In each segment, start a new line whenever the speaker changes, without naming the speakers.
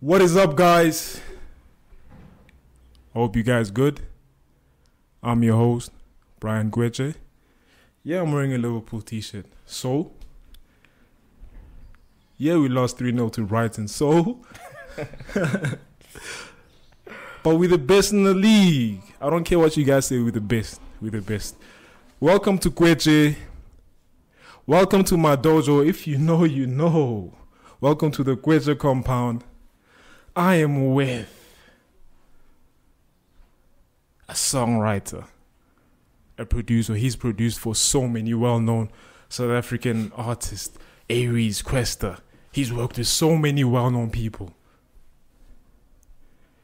What is up, guys? Hope you guys good. I'm your host, Brian Gueche. Yeah, I'm wearing a Liverpool t-shirt. So, yeah, we lost 3-0 to Brighton. So, but we're the best in the league. I don't care what you guys say. We're the best. We're the best. Welcome to Gueche. Welcome to my dojo. If you know, you know. Welcome to the Gueche compound. I am with a songwriter, a producer. He's produced for so many well known South African artists, Aries, Questa. He's worked with so many well known people.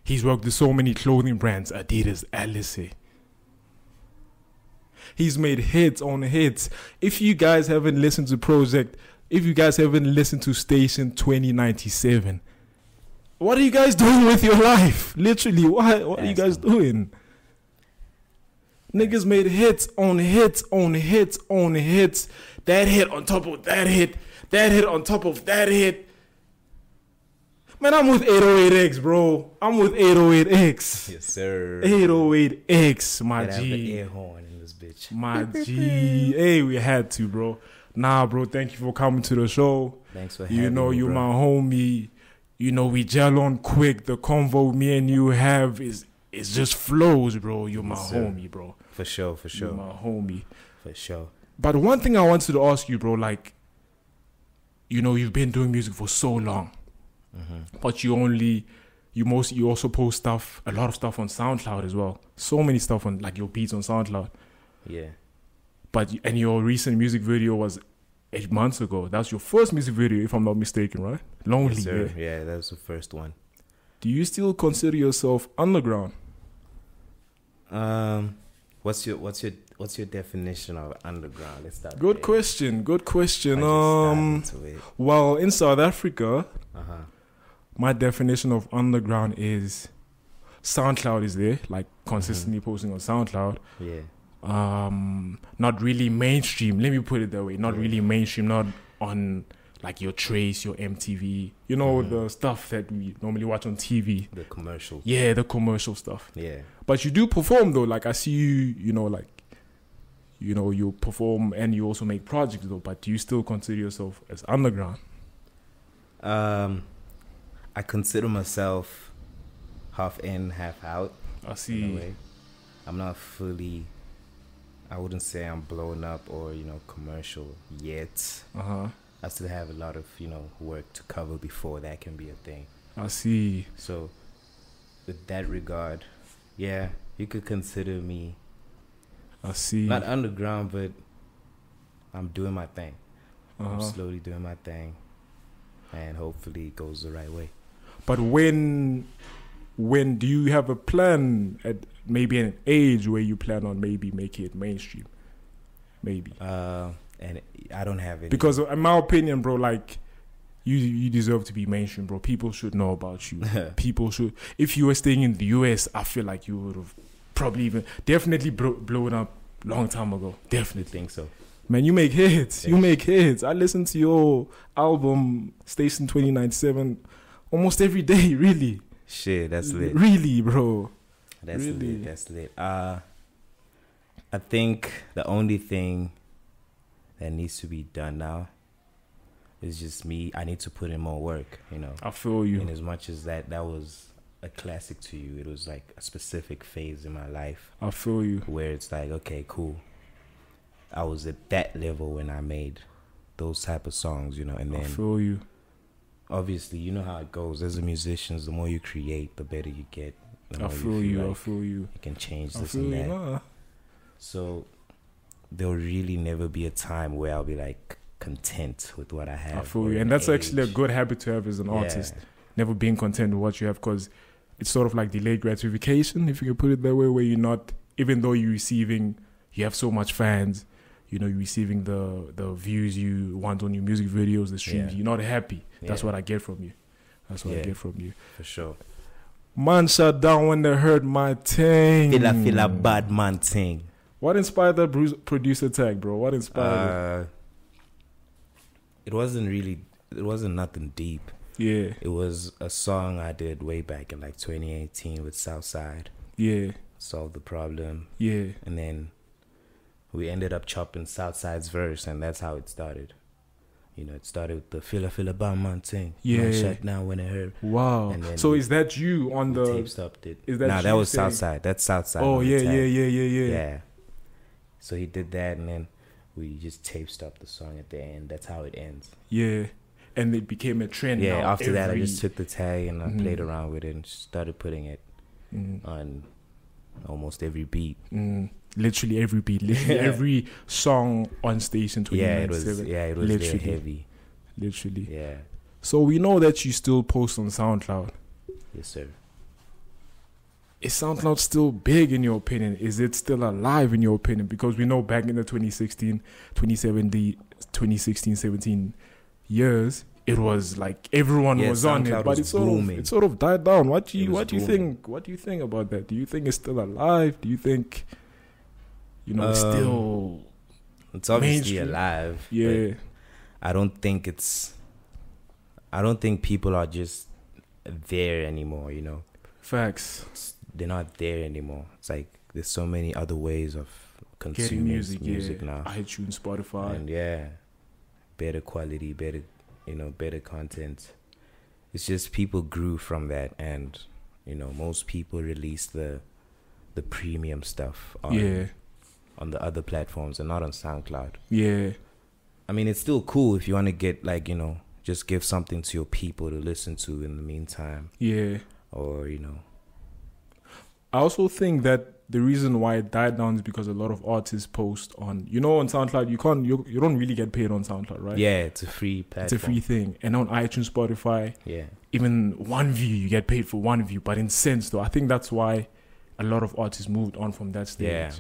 He's worked with so many clothing brands, Adidas, Alice. He's made hits on hits. If you guys haven't listened to Project, if you guys haven't listened to Station 2097, what are you guys doing with your life? Literally, why, what are you guys doing? Niggas made hits on hits on hits on hits. That hit on top of that hit. That hit on top of that hit. Man, I'm with 808X, bro. I'm with 808X.
Yes, sir.
808X, my
Gotta have the
G.
air horn in this bitch.
My G. Hey, we had to, bro. Nah, bro, thank you for coming to the show.
Thanks for
You
having
know,
me,
you
bro.
my homie. You know, we gel on quick. The convo me and you have is it just flows, bro. You my
Yes, sir.
homie, bro.
For sure, for
You
sure,
my homie.
for sure.
But one thing I wanted to ask you, bro, like, you know, you've been doing music for so long,
Mm-hmm.
but you only, you most, you also post stuff, a lot of stuff on SoundCloud as well. So many stuff on like your beats on SoundCloud.
Yeah,
But and your recent music video was eight months ago. That's your first music video, if I'm not mistaken, right? Lonely.
yes,
yeah.
sir. Yeah, that was the first one.
Do you still consider yourself underground?
Um, what's your what's your what's your definition of underground? Let's start.
Good
there.
question. Good
I
question.
just
Um,
dive into it.
well, in South Africa,
Uh-huh.
my definition of underground is SoundCloud is there, like
Mm-hmm.
consistently posting on SoundCloud.
Yeah.
Um, not really mainstream. Let me put it that way. Not really mainstream. Not on like your Trace, your MTV. You know
Mm-hmm.
the stuff that we normally watch on TV.
The commercial.
Yeah, the commercial stuff.
Yeah.
But you do perform though. Like I see you, you know, like you know, you perform and you also make projects though. But do you still consider yourself as underground?
Um, I consider myself half in, half out.
I
in a
see.
way. I'm not fully. I wouldn't say I'm blown up or you know commercial yet.
Uh huh.
I still have a lot of you know work to cover before that can be a thing.
I see.
So, with that regard, yeah, you could consider me
I see.
not underground, but I'm doing my thing. I'm
Uh-huh.
slowly doing my thing, and hopefully it goes the right way.
But when, when do you have a plan at maybe an age where you plan on maybe making it mainstream? Maybe
Uh, and I don't have any.
because in my opinion, bro, like you you deserve to be mainstream, bro. People should know about you. people should if you were staying in the US I feel like you would have probably even definitely bro- blown up long time ago
you
definitely
think so?
man you make hits you
Thanks.
make hits I listened to your album Station 2097 almost every day. Really,
Shit, that's lit.
really, bro.
That's
Really?
lit. That's lit. Uh, I think the only thing that needs to be done now is just me. I need to put in more work, you know.
I feel
And
you.
as much as that, that was a classic to you, it was like a specific phase in my life
I feel you.
where it's like, okay, cool. I was at that level when I made those type of songs, you know. And
I
then
feel you.
obviously, you know how it goes. As a musician, the more you create, the better you get. The
I
more
feel you. I
like
feel you.
you can change
I
this
feel
and
you.
that.
Nah.
So there'll really never be a time where I'll be like content with what I have.
I feel
or
you. And
an
that's actually a
age.
good habit to have as an
Yeah.
artist. Never being content with what you have because it's sort of like delayed gratification, if you can put it that way, where you're not, even though you're receiving, you have so much fans, you know, you're receiving the, the views you want on your music videos, the streams,
Yeah.
you're not happy. That's
Yeah.
what I get from you. That's what I
Yeah.
get from you.
for sure.
Man shut down when they heard my thing.
Feel I feel a bad man thing.
What inspired that Bruce producer tag, bro? What inspired
Uh, it wasn't really. It wasn't nothing deep.
it?
It was a song I did way back in like 2018 with Southside.
Yeah, yeah,
Solved the problem,
yeah.
and then we ended up chopping Southside's verse, and that's how it started. You know, it started with the feel I feel a bad man thing.
Yeah.
Man shut down when I heard
Wow.
And then
So
we-
is that you on
the,
the
tape stopped it.
is that
nah, that
you
was
saying-
Southside. That's Southside.
Oh
on the
yeah,
tab.
yeah, yeah, yeah, yeah.
yeah. So he did that, and then we just tape stopped the song at the end. That's how it ends.
Yeah. And it became a trend.
yeah.
now.
After that, I
Every-
just took the tag and I
Mhm.
played around with it and started putting it
Mm,
on almost every beat.
mm. literally every beat, literally
Yeah.
every song on station twenty
Yeah,
nine
it was.
seven.
Yeah, it was there
literally.
heavy.
Literally.
Yeah.
So we know that you still post on SoundCloud.
Yes, sir.
Is SoundCloud still big in your opinion? Is it still alive in your opinion? Because we know back in the 2016, 2017, 2016, 17 years, it was like everyone
Yeah,
was on it,
SoundCloud
but
was
it sort
booming.
of it sort of died down. What do
It
you
was
what do you
booming.
think? What do you think about that? Do you think it's still alive? Do you think you know it's
Um,
still
It's obviously
Mainstream.
alive. but
yeah
I don't think it's. I don't think people are just there anymore. You know.
facts
it's- they're not there anymore. It's like there's so many other ways of consuming
getting music,
music,
yeah.
now,
iTunes, Spotify,
and yeah, better quality, better you know, better content. It's just people grew from that, and you know, most people release the the premium stuff on
yeah
on the other platforms and not on SoundCloud.
yeah
I mean, it's still cool if you want to get like you know, just give something to your people to listen to in the meantime,
yeah.
or you know,
I also think that the reason why it died down is because a lot of artists post on you know on SoundCloud you can't you, you don't really get paid on SoundCloud right
yeah, it's a free platform.
it's a free thing and on iTunes Spotify
yeah.
even one view you get paid for one view but in sense though I think that's why a lot of artists moved on from that stage
Yeah.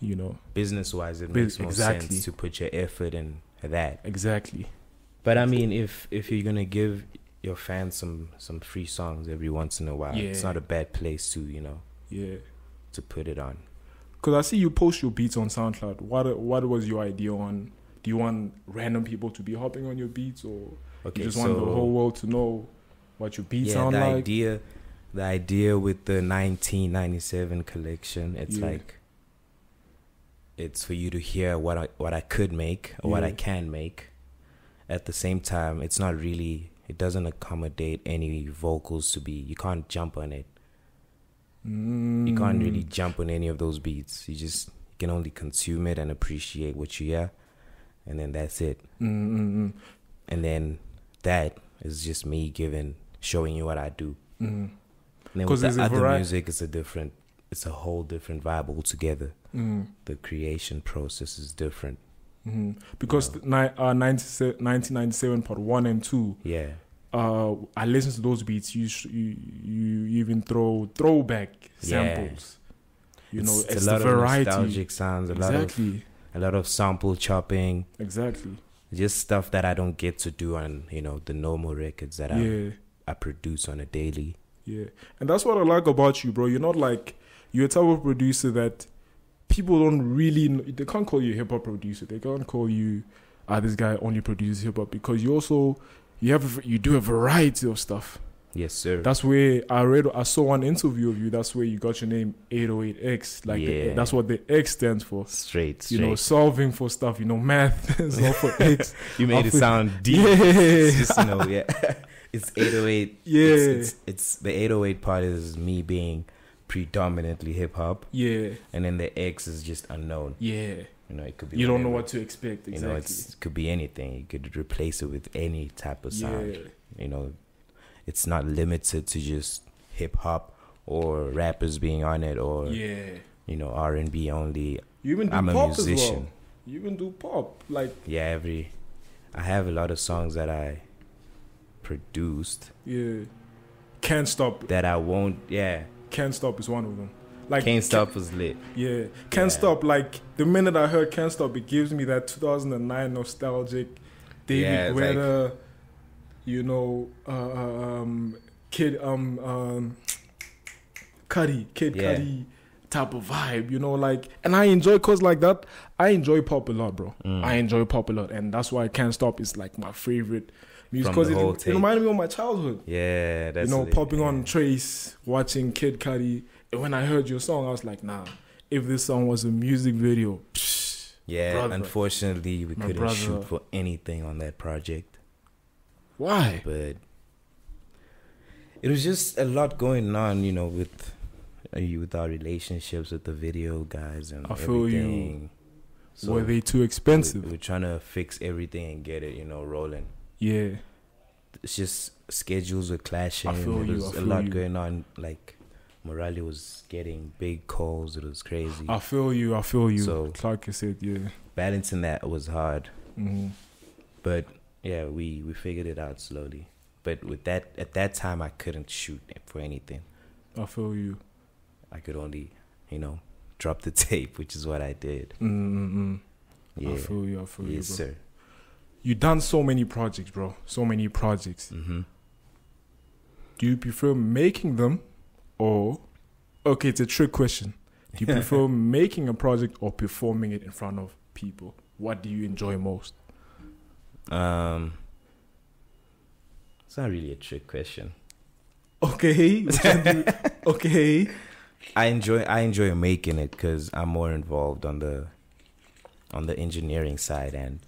you know
business wise it
Bu-
makes more
exactly.
sense to put your effort in that
exactly
but i mean if if you're gonna give your fans some some free songs every once in a while it's
Yeah.
not a bad place to you know
yeah
to put it on
because I see you post your beats on SoundCloud what what was your idea on do you want random people to be hopping on your beats or
okay
you just
so
want the whole world to know what your beats
yeah
sound
the
like
idea the idea with the 1997 collection it's
Yeah.
like it's for you to hear what i what i could make or what
Yeah.
i can make at the same time it's not really it doesn't accommodate any vocals to be you can't jump on it You can't really
Mm.
jump on any of those beats. You just can only consume it and appreciate what you hear, and then that's it.
Mm, mm, mm.
And then that is just me giving, showing you what I do.
Mm,
And then
'Cause there's
with the
a
other
vari-
music, it's a different, it's a whole different vibe altogether.
mm,
The creation process is different.
mm. Because
Yeah.
th- ni- uh, 97 1997 part one and two,
Yeah,
uh, I listen to those beats. You sh- you, you even throw throwback
Yeah.
samples. You know, it's,
it's, a
the
lot of
variety.
nostalgic sounds, a lot of
Exactly,
a lot of sample chopping,
exactly.
just stuff that I don't get to do on you know the normal records that
Yeah,
I I produce on a daily.
yeah. And that's what I like about you, bro. You're not like you're a type of producer that people don't really. Kn- they can't call you a hip hop producer. They can't call you, ah, this guy only produces hip hop because you also you have a v- you do a variety of stuff.
Yes, sir.
That's where I read, I saw one interview of you. That's where you got your name 808X. Like the-
Yeah.
that's what the X stands for.
straight,
You
straight.
know, solving for stuff. You know, math is all for X.
You made it
Afri-
sound deep. It's
yeah,
just, you know, yeah. it's 808.
Yeah.
It's, it's, it's the 808 part is me being predominantly hip hop,
yeah,
and then the X is just unknown.
yeah.
You know, it could be.
You don't know
whatever.
what to expect exactly.
You know, it's, it could be anything. You could replace it with any type of sound.
yeah,
You know, it's not limited to just hip hop or rappers being on it or
yeah.
you know R and B only.
You even do
I'm a
pop as well.
musician.
You even do pop, like
Yeah, every. I have a lot of songs that I produced
yeah. Can't stop.
that I won't. Yeah,
Can't stop is one of them. Like
Can't Stop was lit.
Yeah, Can't
Yeah.
Stop. Like the minute I heard Can't Stop, it gives me that 2009 nostalgic David
Yeah, it's like-
Guetta, you know, uh, um, Kid um, um, Cudi, Kid
Yeah.
Cudi type of vibe. You know, like, and I enjoy cause like that. I enjoy pop a lot, bro.
Mm.
I enjoy pop a lot, and that's why Can't Stop is like my favorite music
From
because
the
it,
whole
it
tape.
reminded me of my childhood
Yeah, that's
you know,
lit,
popping
yeah.
on Trace, watching Kid Cudi. And when I heard your song, I was like, nah, if this song was a music video, psh,
Yeah,
Brother.
unfortunately, we
My
couldn't
brother.
shoot for anything on that project.
why?
but it was just a lot going on, you know, with uh, you with our relationships with the video guys and
I feel you.
everything.
Were they too
we-
expensive?
We're trying to fix everything and get it, you know, rolling.
yeah.
It's just schedules were clashing.
feel
There
you,
was
I
a
feel
lot
you.
going on. Like Morale was getting big calls. It was crazy.
I feel you. I feel you.
So-
like I said, yeah.
Balancing that was hard.
Mhm.
But yeah, we we figured it out slowly. But with that at that time, I couldn't shoot for anything.
I feel you.
I could only, you know, drop the tape, which is what I did.
Mm-mm-mm.
Yeah.
Mm-hmm. I feel you. I feel
yes,
you, bro.
sir.
You done so many projects, bro. So many projects.
Mm-hmm.
Do you prefer making them or. Okay, it's a trick question. Do you prefer making a project or performing it in front of people? What do you enjoy most?
Um, it's not really a trick question.
Okay. we can do- okay.
I enjoy I enjoy making it because I'm more involved on the on the engineering side and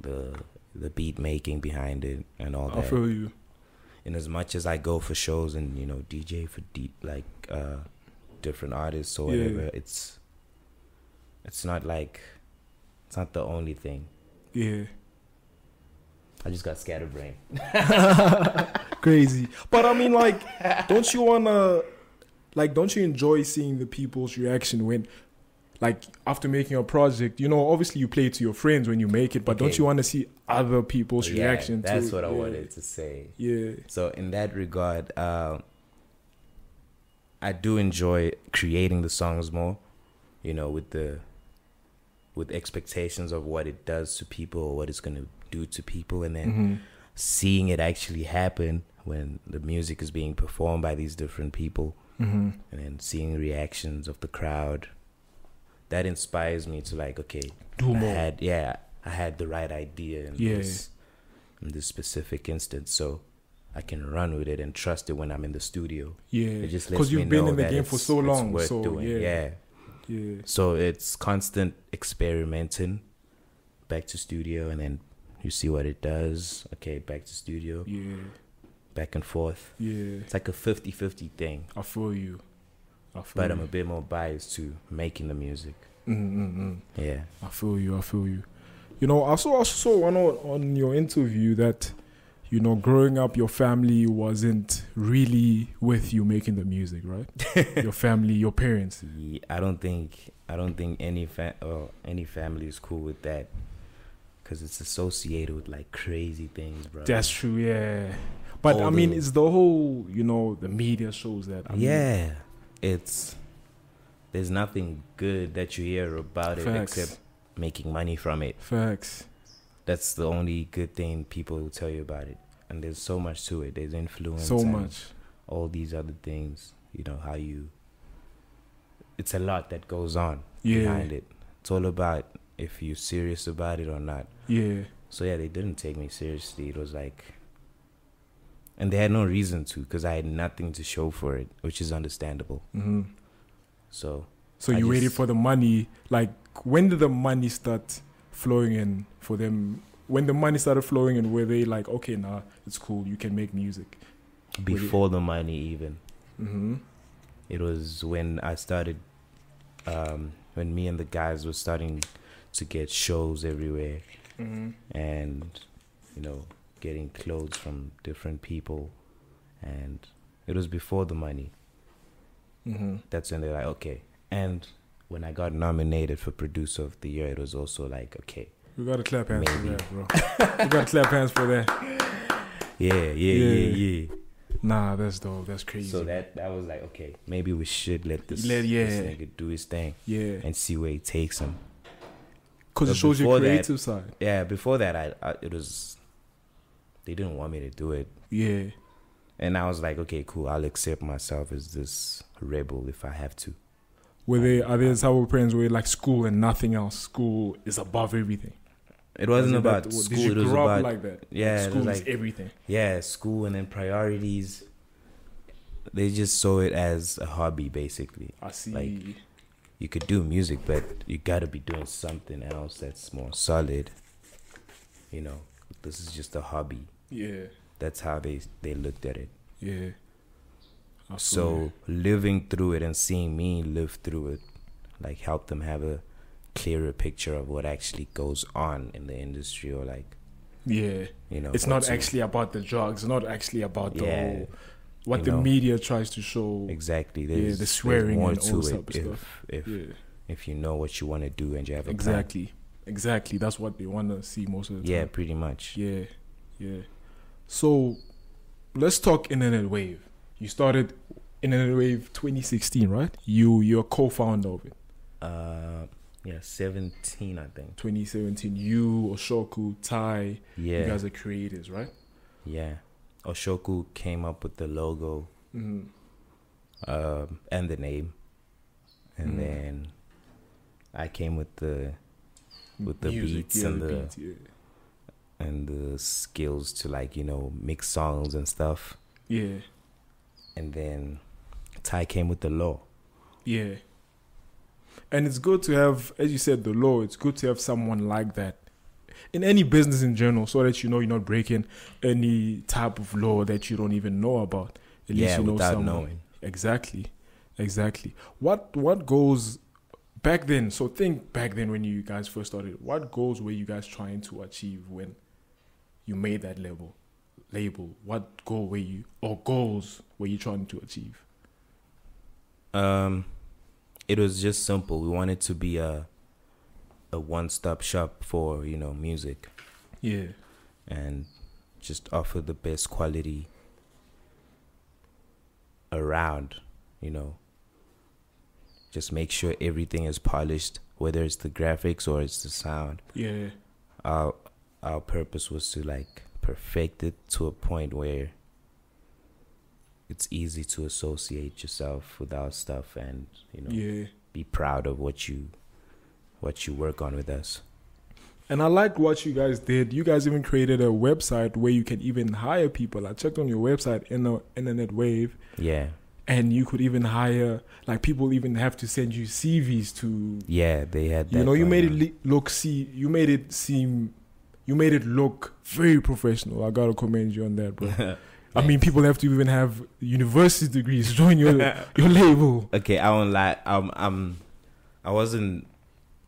the the beat making behind it and all
I
that.
feel you.
and as much as I go for shows and you know DJ for deep like uh different artists or
Yeah.
whatever, it's it's not like it's not the only thing.
Yeah.
I just got scatterbrained.
Crazy. But I mean like don't you wanna like don't you enjoy seeing the people's reaction when like after making a project, you know, obviously you play it to your friends when you make it, but don't
Okay.
you wanna see other people's
Yeah,
reaction to
that's
it?
what I
Yeah.
wanted to say.
Yeah.
So in that regard, um, I do enjoy creating the songs more. You know, with the with expectations of what it does to people or what it's gonna do to people, and then
Mhm.
seeing it actually happen when the music is being performed by these different people
Mhm.
and then seeing reactions of the crowd that inspires me to like okay
Do
I
more.
had yeah I had the right idea in
Yeah.
this in this specific instance so I can run with it and trust it when I'm in the studio
Yeah.
it just lets
Because you've
me
been
know
in the
that
game for
it's-
so
it's
long.
worth
So
doing.
yeah.
yeah
Yeah.
so it's constant experimenting back to studio and then you see what it does okay back to studio
Yeah.
back and forth.
Yeah.
It's like a 50 50 thing,
I feel you. I feel
but
you.
I'm a bit more biased to making the music.
Mm, mm, mm.
Yeah.
I feel you. I feel you. You know, I saw, I saw one on, on your interview that, you know, growing up, your family wasn't really with you making the music, right? your family, your parents.
Ye- I don't think I don't think any fa- oh, any family is cool with that because it's associated with like crazy things, bro.
That's true, yeah. But I
All
mean,
the-
it's the whole, you know, the media shows that. I mean,
yeah. It's there's nothing good that you hear about it
facts.
except making money from it.
facts.
That's the only good thing people will tell you about it. And there's so much to it. There's influence.
So
and-
much.
all these other things, you know, how you it's a lot that goes on
Yeah.
behind it. It's all about if you're serious about it or not.
Yeah.
So yeah, they didn't take me seriously. It was like and they had no reason to because I had nothing to show for it, which is understandable.
hmm
So
So
I
you waited
just-
for the money. Like when did the money start flowing in for them? When the money started flowing in, were they like, okay, nah, it's cool, you can make music?
before the money even,
Mm-hmm.
it was when I started, um, when me and the guys were starting to get shows everywhere
Mm-hmm.
and you know getting clothes from different people, and it was before the money.
Mm-hmm.
That's when they're like, okay. And when I got nominated for producer of the year, it was also like, okay,
We gotta clap hands for
Maybe.
that, bro. we gotta clap hands for that.
yeah, yeah,
Yeah.
yeah, yeah.
Nah, that's dope. That's crazy.
So that that was like, okay, maybe we should let this,
Let-
this
yeah.
nigga do his thing
yeah,
and see where he takes him.
because it
But
shows your
before that-
creative side.
Yeah, before that, I, I it was they didn't want me to do it,
Yeah,
and I was like, okay, cool, I'll accept myself as this rebel if I have to.
were they are there some parents where like school and nothing else? School is above everything.
It wasn't
Was it
about
that-
school.
Did you
it was
grow
about
up like that?
yeah, it was
school is
like
everything.
yeah, school and then priorities. They just saw it as a hobby, basically.
I see.
like- You could do music, but you gotta be doing something else that's more solid. You know, this is just a hobby.
yeah,
That's how they they looked at it.
yeah. I see.
So living through it and seeing me live through it, like help them have a clearer picture of what actually goes on in the industry or like
yeah,
you know
it's not
what's-
actually about the drugs. It's not actually about the
Yeah,
whole, what
you
the
know.
media tries to show.
exactly
Yeah,
there's,
the
there's
swearing
more
and all
to
this
it
type of
if
stuff.
if
Yeah.
if you know what you want to do and you have a plan.
Exactly. Exactly. That's what they want to see most of the
yeah
time.
pretty much
Yeah. Yeah. So let's talk Internet Wave. You started Internet Wave 2016, right? You you're co-founder of it.
uh yeah 17 I think
2017. You, Oshoku, Tai, you
yeah
guys are creators, right?
yeah Oshoku came up with the logo
Mm-hmm.
um, and the name, and
Mm.
then I came with the With the beats and the-
yeah.
and the skills to like you know mix songs and stuff,
yeah.
and then Ty came with the law.
Yeah. And it's good to have, as you said, the law. It's good to have someone like that in any business in general, so that you know you're not breaking any type of law that you don't even know about. At least
yeah,
you know
without
someone.
knowing.
Exactly, exactly. What what goals back then? So think back then when you guys first started. What goals were you guys trying to achieve when you made that label? Label. What goal were you or goals were you trying to achieve?
Um, it was just simple. We wanted to be a a one stop shop for you know music
Yeah.
and just offer the best quality around, you know. Just make sure everything is polished, whether it's the graphics or it's the sound.
Yeah.
Our our purpose was to like perfect it to a point where it's easy to associate yourself with our stuff and, you know,
Yeah.
be proud of what you what you work on with us.
And I like what you guys did. You guys even created a website where you can even hire people. I checked on your website in the internet wave
Yeah.
and you could even hire like people even have to send you CVs to
Yeah, they had that.
you know you made it
going on.
li- look see you made it seem you made it look very professional. I got to commend you on that, bro. I mean people have to even have university degrees to join your your label.
okay, I won't lie. Um, I'm, I wasn't.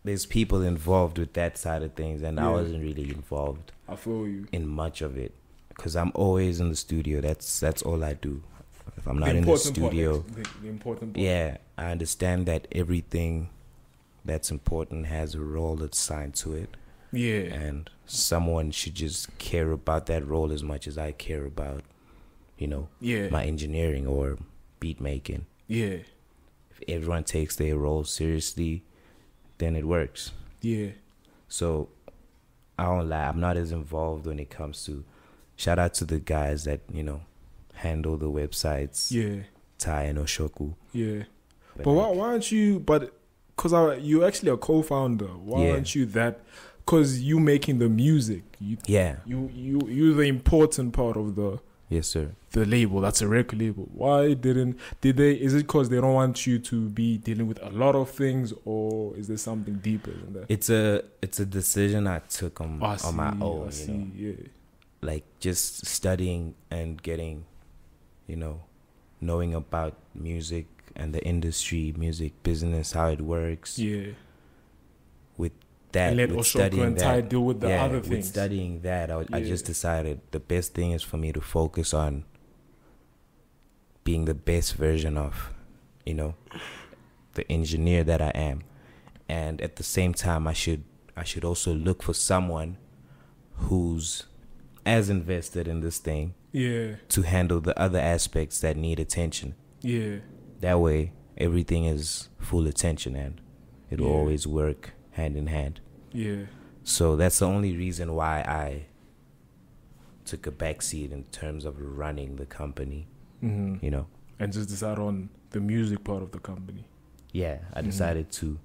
There's people involved with that side of things, and
Yeah.
I wasn't really involved
I feel you.
in much of it because I'm always in the studio. That's that's all I do. If I'm not in the
important part,
studio,
the, the important part.
yeah, I understand that everything that's important has a role that's assigned to it,
Yeah.
and someone should just care about that role as much as I care about, you know,
Yeah.
my engineering or beat making.
yeah.
if everyone takes their role seriously, then it works.
Yeah.
So I don't lie, I'm not as involved when it comes to shout out to the guys that, you know, handle the websites,
Yeah.
Tai and Oshoku.
Yeah.
But,
But why,
like,
why aren't you? But because you're actually a co-founder. Why
Yeah.
aren't you that? Because you making the music. You
yeah,
you you you're the important part of the
Yes, sir.
the label that's a record label why didn't did they is it because they don't want you to be dealing with a lot of things or is there something deeper than that
It's a it's a decision I took on
Oh, I
on my
see,
own.
I
you
see,
know?
yeah
like just studying and getting you know knowing about music and the industry music business how it works
yeah
that
and let
with
also
studying
and Tai
that
deal with the
yeah,
other
with
things
studying that I, I
Yeah.
just decided the best thing is for me to focus on being the best version of you know the engineer that i am and at the same time i should i should also look for someone who's as invested in this thing
yeah
to handle the other aspects that need attention.
yeah
That way, everything is full attention and it'll
Yeah.
always work hand in hand.
yeah
So that's the only reason why I took a backseat in terms of running the company,
hmm
you know.
and just decide on the music part of the company
Yeah, I
Mhm.
decided to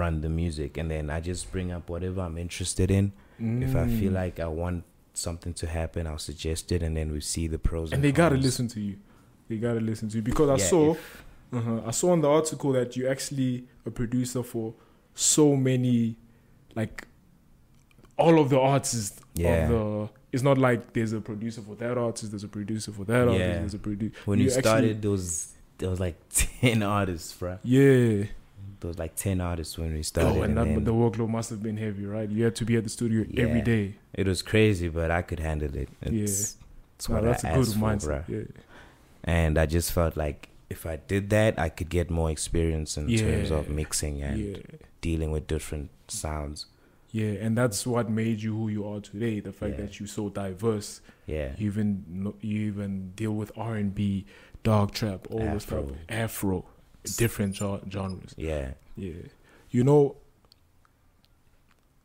run the music and then I just bring up whatever I'm interested in. If I feel
Mm.
like I want something to happen, I'll suggest it and then we see the pros and,
and they gotta
cons.
listen to you they gotta listen to you because i
Yeah,
saw
if-
Uh-huh. I saw in the article that you're actually a producer for so many, like all of the artists.
Yeah.
Of the, it's not like there's a producer for that artist, there's a producer for that artist,
Yeah.
there's a producer.
When you, started, there was there was like ten artists, bruh.
yeah.
There was like ten artists when we started,
Oh, and
and
that,
then
the workload must have been heavy, right? You had to be at the studio every
Yeah.
day.
it was crazy. But I could handle it. It's, it's
Nah,
what
that's
I
a good
asked for,
mindset.
bruh.
Yeah.
And I just felt like if I did that, I could get more experience in terms of
Yeah.
mixing and
yeah.
dealing with different sounds.
Yeah. And that's what made you who you are today. The fact
Yeah.
that you're so diverse.
Yeah,
You even kno- you even deal with R and B, dog trap, all this stuff,
Afro.
Afro, different gen- genres.
yeah,
Yeah, you know.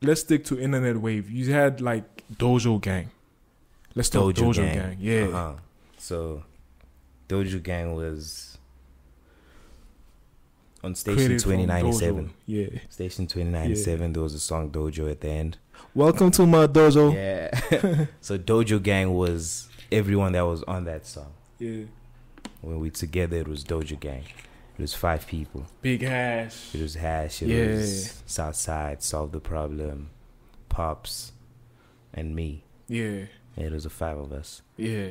Let's stick to internet wave. You had like Dojo Gang. Let's talk Dojo,
Dojo
Gang.
Gang.
Yeah,
Uh-huh. So, Doju Gang was on station
Created from
twenty ninety
Dojo.
seven.
Yeah.
Station twenty ninety seven. There was a song Dojo at the end.
Welcome to my Dojo.
Yeah. so Dojo Gang was everyone that was on that song.
Yeah.
When we together, it was Dojo Gang. It was five people.
Big Hash.
It was Hash. It
Yeah.
was Southside. Solve the problem. Pops, and me.
Yeah.
It was the five of us.
Yeah.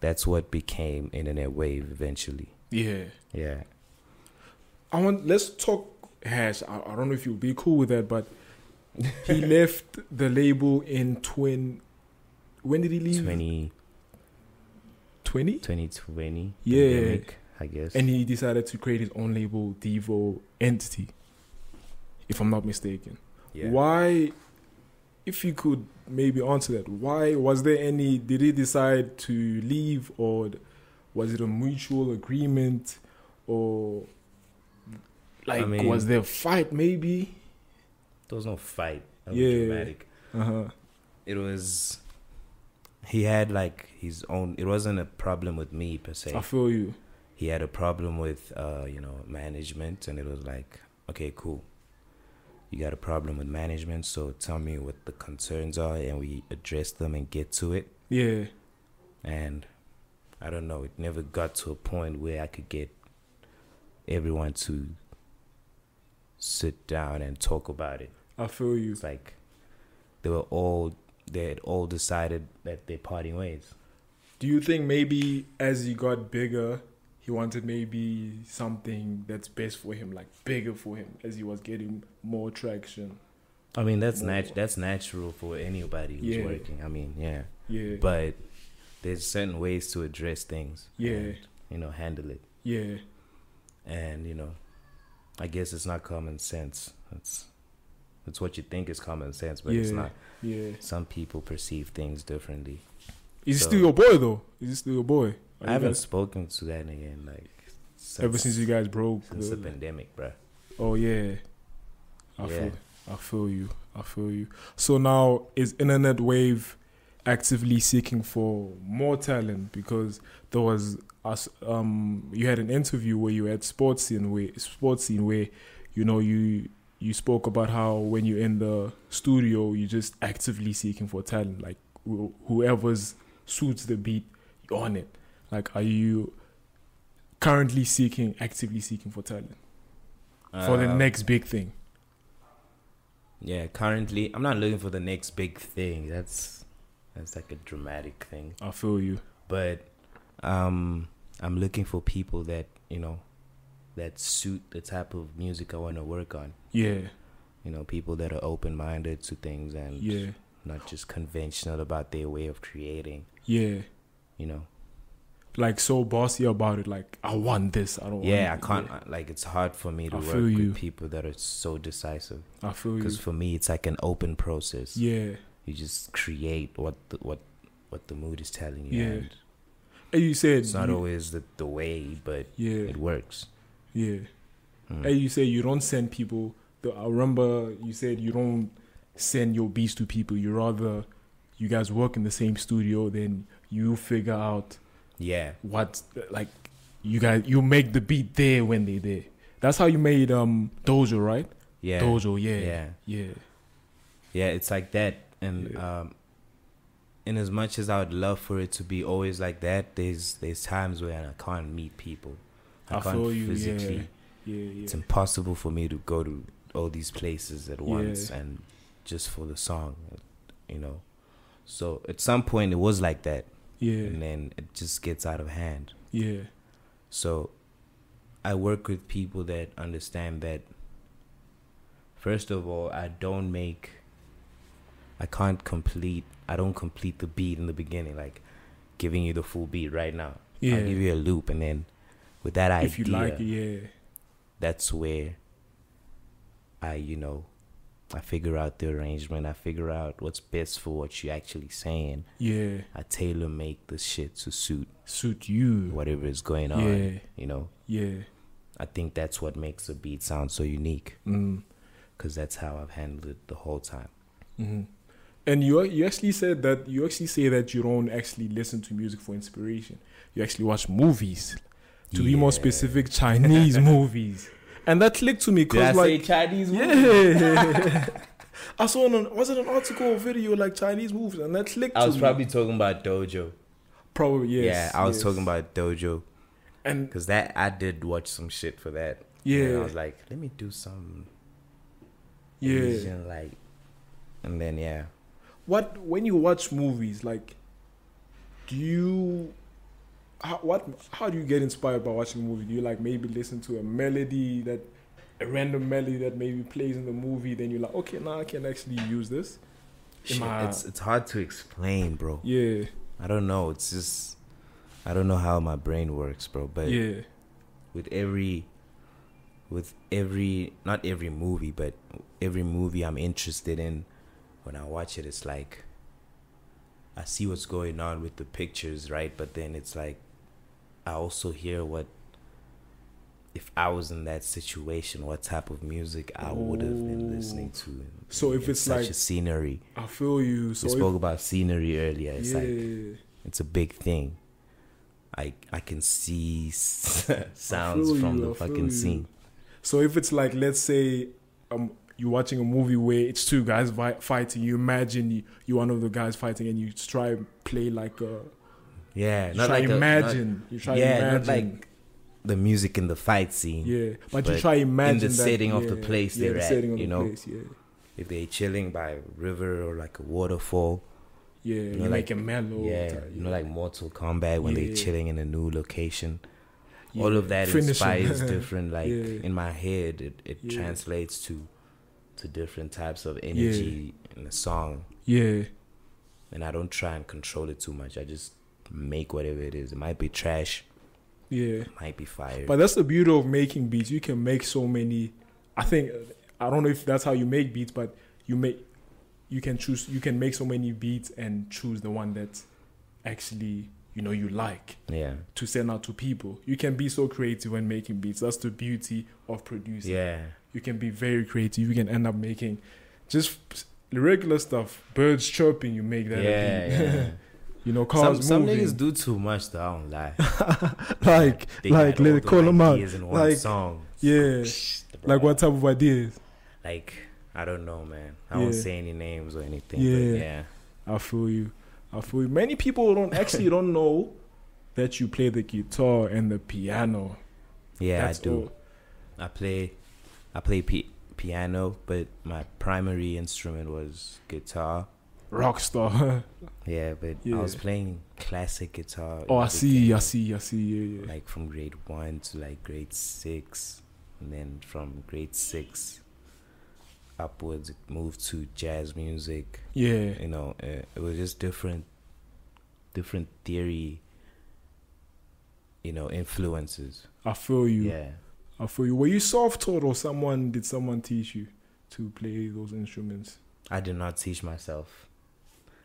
That's what became Internet Wave eventually.
Yeah.
Yeah.
I want let's talk Hash. I, I don't know if you'll be cool with that, but he left the label in twin. When did he leave?
20,
20?
2020.
Yeah.
pandemic, I guess.
And he decided to create his own label, Devo Entity, if I'm not mistaken.
yeah.
Why, if you could maybe answer that, why was there any? Did he decide to leave, or was it a mutual agreement, or like
mean-
was there a fight maybe?
There was no fight. That
Yeah.
was dramatic.
Uh
Uh-huh.
huh.
it was he had like his own it wasn't a problem with me per se
I feel you.
he had a problem with uh you know management and it was like okay cool you got a problem with management so tell me what the concerns are and we address them and get to it
Yeah.
and i don't know it never got to a point where i could get everyone to sit down and talk about it
I feel you.
it's like they were all they had all decided that they're parting ways.
Do you think maybe as he got bigger, he wanted maybe something that's best for him, like bigger for him, as he was getting more traction?
I mean that's
More.
nat- that's natural for anybody who's
Yeah.
working. I mean, yeah.
Yeah,
But there's certain ways to address things.
Yeah.
and, you know, handle it.
yeah,
And, you know, I guess it's not common sense. It's it's what you think is common sense, but it's
Yeah.
not.
yeah.
Some people perceive things differently.
Is he
So-
still your boy though? Is he still your boy? Are
I
you
haven't
guys-
spoken to that again like since,
ever since you guys broke.
since
the-
the pandemic, bruh.
oh yeah, I
Yeah.
feel, I feel you, I feel you. So now is Internet Wave actively seeking for more talent because there was us um you had an interview where you had sports scene where sports scene where you know you you spoke about how when you're in the studio you're just actively seeking for talent like wh- whoever's suits the beat, you're on it. Like, are you currently seeking, actively seeking for talent for the
Um,
next big thing?
Yeah, currently I'm not looking for the next big thing. That's that's like a dramatic thing.
I feel you.
But um I'm looking for people that, you know, that suit the type of music I want to work on.
Yeah,
You know, people that are open-minded to things and
yeah,
not just conventional about their way of creating,
yeah.
you know.
Like so bossy about it. Like, I want this. I don't.
yeah, I
want
can't like it's hard for me to
Oh, I
work
feel
with
you.
people that are so decisive
it. I feel you.
because for me it's like an open process.
Yeah.
You just create what the, what what the mood is telling you.
Yeah.
and
Hey, you said
It's not
you-
always the, the way, but
Yeah,
it works.
yeah.
Mm.
Hey, you say you don't send people. The, I remember you said you don't send your beats to people. You rather you guys work in the same studio, then you figure out
Yeah,
what like you guys you make the beat there when they there. That's how you made um Dojo, right?
yeah,
Dojo, yeah, yeah,
yeah, yeah. It's like that, and um, in as much as I would love for it to be always like that, there's there's times when I can't meet people. I,
I
can't
feel you, yeah,
physically.
yeah, yeah.
It's impossible for me to go to all these places at once and just for the song, you know. So at some point it was like that,
yeah,
and then it just gets out of hand.
yeah,
So I work with people that understand that first of all, I don't make I can't complete I don't complete the beat in the beginning, like giving you the full beat right now.
yeah.
I'll give you a loop and then with that idea
if you like it, yeah,
that's where I, you know, I figure out the arrangement, I figure out what's best for what you're actually saying.
yeah,
I tailor make the shit to suit
suit you,
whatever is going on.
Mm-hmm. yeah,
You know?
yeah.
I think that's what makes a beat sound so unique
Mm.
because that's how I've handled it the whole time.
hmm And you you actually said that you actually say that you don't actually listen to music for inspiration. You actually watch movies. To be more
Yeah.
specific, Chinese movies. And that clicked to me
Did I
because like
say Chinese? movies?
yeah. I saw on an, was it an article or video like Chinese movies and that clicked
I was
to me.
probably talking about Dojo.
probably yes,
yeah, I was
yes.
talking about Dojo
and
because that I did watch some shit for that. and I
yeah
was like, let me do some
yeah
Asian like, and then yeah,
what when you watch movies like do you how, what how do you get inspired by watching a movie do you like maybe listen to a melody that a random melody that maybe plays in the movie then you're like okay now i can actually use this
Shit,
I-
it's it's hard to explain, bro.
yeah
I don't know. It's just I don't know how my brain works, bro. But
yeah
with every with every not every movie, but every movie I'm interested in, when I watch it, it's like I see what's going on with the pictures, right? But then it's like I also hear what if I was in that situation, what type of music I would have been
Ooh.
listening to. in-
So if
in
it's
such
like-
a scenery,
i feel you so
we spoke about scenery earlier.
if,
It's
yeah
like it's a big thing. I I can see s- sounds
feel
from
you,
the
I feel
fucking
you.
scene.
so if it's like let's say um you're watching a movie where it's two guys vi- fighting you imagine you, you're one of the guys fighting and you try and play like a
Yeah,
you
not
try
like a-
imagine you
not-
try
yeah,
imagine
not like the music in the fight scene.
Yeah, but, you
But
try imagine
in the
that-
setting of the
yeah,
place
yeah,
they're
the
at,
setting of
you
the
know?
place, yeah,
If they're chilling by a river or like a waterfall,
yeah, you,
know,
make
like-
it mellow.
yeah,
type,
you know, like Mortal Kombat
Yeah.
when they're chilling in a new location.
yeah.
All of that
Finish 'em.
inspires different. Like
Yeah.
in my head, it, it
Yeah.
translates to to different types of energy in a song.
yeah,
and I don't try and control it too much. I just make whatever it is. It might be trash,
yeah.
it might be fire.
But that's the beauty of making beats. You can make so many. I think I don't know if that's how you make beats, but you make you can choose. You can make so many beats and choose the one that actually you know you like
yeah,
to send out to people. You can be so creative when making beats. That's the beauty of producing.
yeah,
you can be very creative. You can end up making just f- regular stuff. Birds chirping, you make
yeah,
that. a beat.
yeah.
you know, cars
some, some
moving.
niggas do too much. Though, I don't lie.
like,
They
like,
got all
let it
the
call them out.
ideas in one
Like,
song.
Yeah.
Bro,
Like, what type of ideas?
Like I don't know, man. I
Yeah.
won't say any names or anything.
Yeah.
But yeah,
I feel you. I feel many people don't actually don't know that you play the guitar and the piano.
Yeah,
That's
I do.
all.
I play, I play pi- piano, but my primary instrument was guitar.
Rock star.
Yeah, but I was
Yeah.
playing classic guitar.
oh,
in
I
the
see, I
beginning,
see, I see. Yeah, yeah.
Like from grade one to like grade six, and then from grade six upwards, it moved to jazz music.
Yeah.
You know, uh, it was just different, different theory. You know, influences.
I feel you.
Yeah.
I feel you. Were you self taught or someone did someone teach you to play those instruments?
I did not teach myself.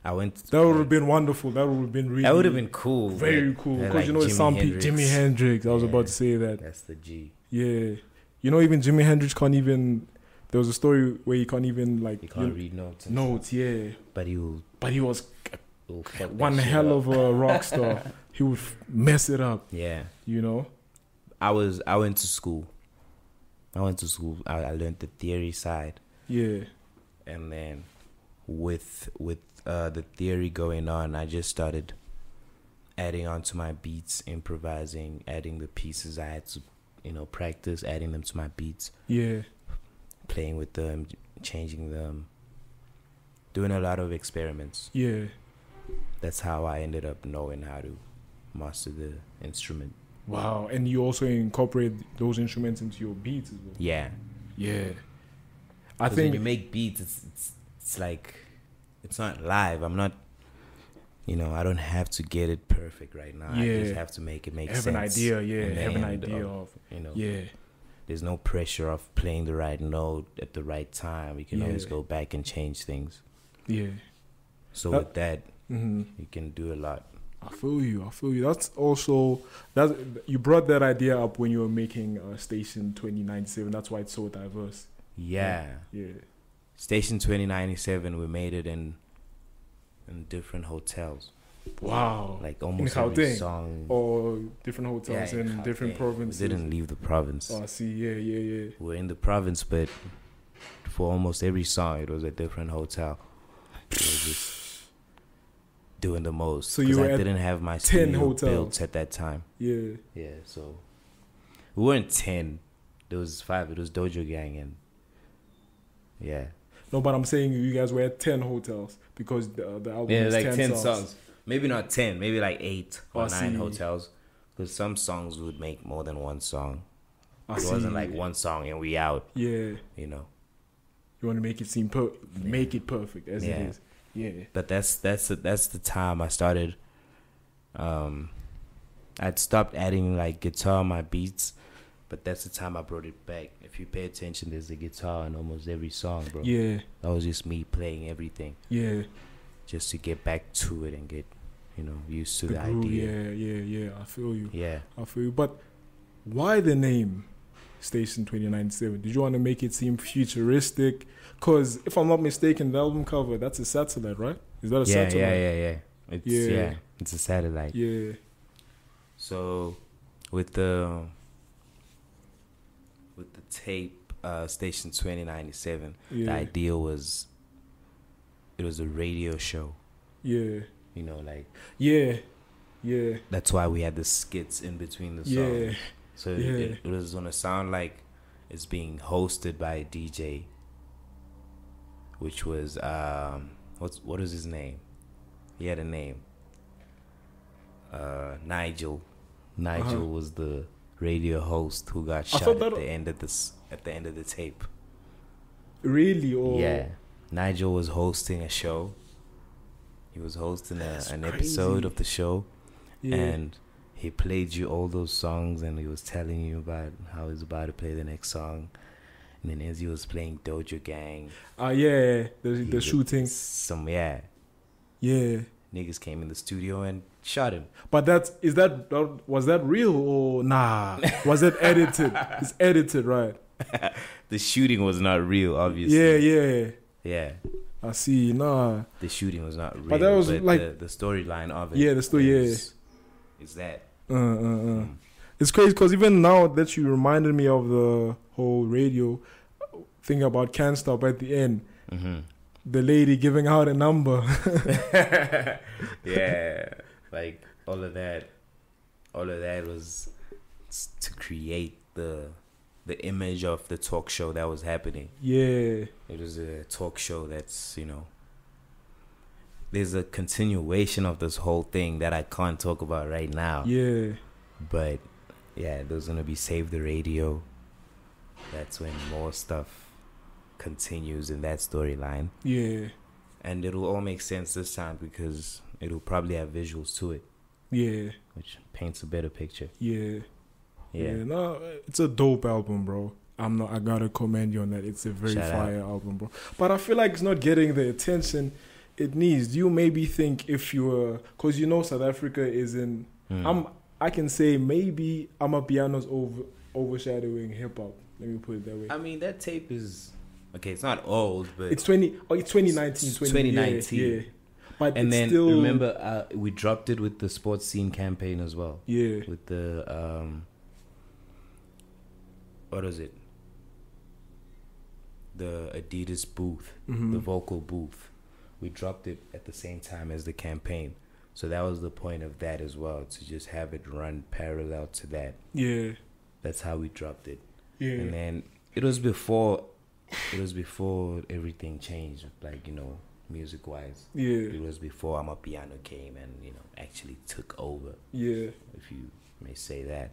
I went.
That would have been wonderful. That would have been really
That would have been cool. but
very cool.
they're
Because
like
you know it's
Jimi
some people
Hendrix.
Jimi Hendrix. I was
Yeah.
about to say that.
That's the G.
Yeah. You know even Jimi Hendrix can't even there was a story where he can't even like
You can't
you-
read notes. and stuff,
notes, yeah.
but you
But he was
will fuck that
one
shit
hell
up.
of a rock star. he would f- mess it up,
Yeah,
you know?
I was. I went to school. I went to school. I, I learned the theory side,
Yeah.
and then with with uh, the theory going on, I just started adding on to my beats, improvising, adding the pieces I had to, you know, practice, adding them to my beats.
Yeah.
playing with them, changing them, doing a lot of experiments.
Yeah.
That's how I ended up knowing how to master the instrument.
Wow. And you also incorporate those instruments into your beats as well.
Yeah,
Yeah. I
'Cause when
think
you make beats. It's, it's it's like it's not live. I'm not. You know, I don't have to get it perfect right now. I just
Yeah.
have to make it make
have
sense.
an idea, yeah,
And
have an
then,
idea
um,
of
You know,
yeah,
there's no pressure of playing the right note at the right time. You can always
Yeah.
go back and change things.
yeah.
So
That-
with that,
hmm
you can do a lot.
I feel you. I feel you. That's also that you brought that idea up when you were making uh, Station Twenty Ninety Seven. That's why it's so diverse.
yeah.
Yeah,
Station 2097, we made it in in different hotels.
Wow.
Like almost
In
every
Gauteng? Oh,
song.
or different hotels
Yeah,
in
in
different
Gauteng.
provinces.
We didn't leave the province.
Oh, I see. Yeah, yeah, yeah.
We We're in the province, but for almost every song, it was a different hotel. It was just doing the most.
So you
'cause
were
I
at
didn't have my
10
studio
hotels.
built at that time.
Yeah.
Yeah, so we weren't 10. There was five. It was Dojo Gang and yeah.
No, but I'm saying you guys were at ten hotels because the, the album
Yeah,
is
like
10,
10, songs. Maybe not 10, maybe like 8 or
I
9
see.
hotels. Because some songs would make more than one song.
I
it
see.
wasn't like one song and we out,
Yeah,
you know.
you want to make it seem per-
Yeah.
make it perfect as
Yeah.
it is. Yeah.
But that's that's the, that's the time I started. Um, I'd stopped adding like guitar on my beats, but that's the time I brought it back. If you pay attention, there's a guitar in almost every song, bro.
Yeah.
That was just me playing everything
Yeah.
just to get back to it and get, you know, used to
the
the,
groove.
idea.
Yeah, yeah, yeah. I feel you.
yeah.
I feel you. But why the name Station 2097? Did you want to make it seem futuristic? Because if I'm not mistaken, the album cover, that's a satellite, right? Is that a
yeah, yeah,
satellite?
yeah, yeah. It's
Yeah.
yeah. it's a satellite.
Yeah.
So with the with the tape uh, station twenty ninety seven, the
Yeah.
idea was it was a radio show.
Yeah.
You know, like
Yeah. Yeah.
that's why we had the skits in between the songs.
Yeah.
So it-
Yeah.
It, it was gonna sound like it's being hosted by a DJ, which was um, what's what is his name? He had a name. Uh, Nigel. Nigel
Uh-huh.
was the radio host who got
I
shot
thought
at
that-
the end of this at the end of the tape.
Really? Or
Yeah, Nigel was hosting a show. He was hosting a,
That's
an
crazy.
episode of the show,
Yeah.
and he played you all those songs and he was telling you about how he's about to play the next song and then as he was playing dojo gang
Ah, yeah. The,
he
the
did
shootings.
some yeah
Yeah.
niggas came in the studio and shot him
But that's is that that- was that real or nah? Was that edited? it's edited, right?
the shooting was not real obviously
Yeah, yeah.
yeah
I see. Nah.
the shooting was not real
But that was like-
the, the storyline of it
Yeah, the story- yeah.
is, is that
Uh, uh, uh. It's crazy because even now that you reminded me of the whole radio thing about Can't Stop at the end,
mm-hmm.
the lady giving out a number.
yeah, like all of that, all of that was s- to create the the image of the talk show that was happening.
yeah.
It was a talk show that's you know. There's a continuation of this whole thing that I can't talk about right now.
Yeah.
But yeah, there's gonna be Save the Radio. That's when more stuff continues in that storyline.
Yeah.
And it'll all make sense this time because it'll probably have visuals to it,
Yeah.
which paints a better picture.
Yeah.
Yeah.
No, it's a dope album, bro. I'm not I gotta commend you on that. It's a very
Shout out.
fire album, bro. But I feel like it's not getting the attention it needs. Do you maybe think if you were cause you know South Africa is in
Mm.
I'm I can say maybe I'm a piano's over overshadowing hip hop. Let me put it that way.
I mean, that tape is. Okay, it's not old, but.
it's twenty oh it's twenty nineteen.
It's
2019.
2019.
Yeah, yeah. But
and
it's
then
still,
remember, uh, we dropped it with the sports scene campaign as well.
Yeah.
With the. um What was it? The Adidas booth.
Mhm.
the vocal booth. We dropped it at the same time as the campaign. So that was the point of that as well, to just have it run parallel to that.
Yeah.
That's how we dropped it.
Yeah.
And then it was before it was before everything changed, like, you know, music wise.
yeah.
It was before I'm a piano came and, you know, actually took over,
Yeah.
if you may say that.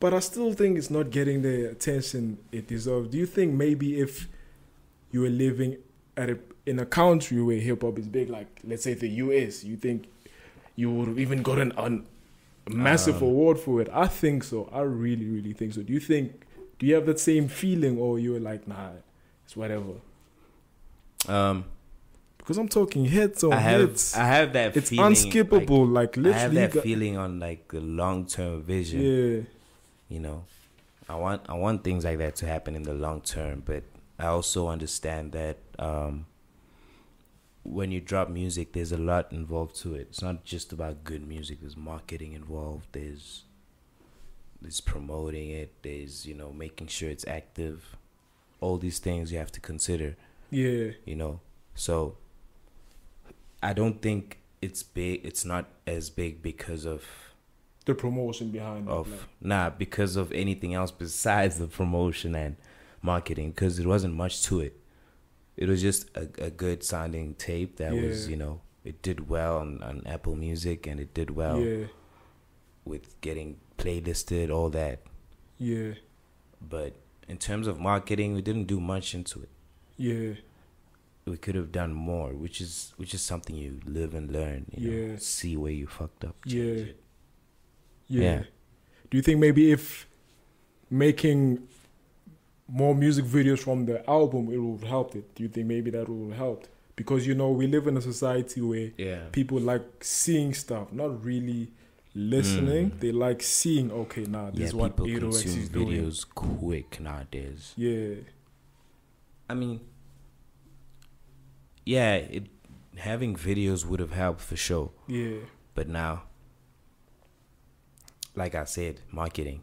But I still think it's not getting the attention it deserves. Do you think maybe if you were living at a, in a country where hip hop is big, like let's say the US, you think you would have even gotten an, a massive
Um,
award for it? I think so. I really, really think so. Do you think? Do you have that same feeling, or you were like, nah, it's whatever?
Um
Because I'm talking hits on
I have
hits.
I have that
it's
feeling like,
unskippable. Like,
I have
literally,
that
got-
feeling on like the long term vision.
yeah,
you know i want i want things like that to happen in the long term but i also understand that um when you drop music there's a lot involved to it it's not just about good music there's marketing involved there's there's promoting it there's you know making sure it's active all these things you have to consider
yeah,
you know so i don't think it's big it's not as big because of
the promotion behind it.
of
like-
nah because of anything else besides the promotion and marketing because it wasn't much to it it was just a, a good sounding tape that was
Yeah.
you know it did well on, on apple music and it did well
yeah,
with getting playlisted all that
yeah,
but in terms of marketing we didn't do much into it
yeah.
we could have done more which is which is something you live and learn you know
Yeah.
see where you fucked up
Yeah.
change it.
Yeah.
Yeah.
Do you think maybe if making more music videos from the album it would have helped it? Do you think maybe that would have helped? Because you know, we live in a society where
yeah
people like seeing stuff, not really listening.
Mm.
They like seeing, okay, nah, this
yeah
is what
people
Edo X
consume
is doing.
videos quick nowadays
Yeah.
I mean, yeah, it, having videos would have helped for sure.
Yeah.
But now, like I said, marketing,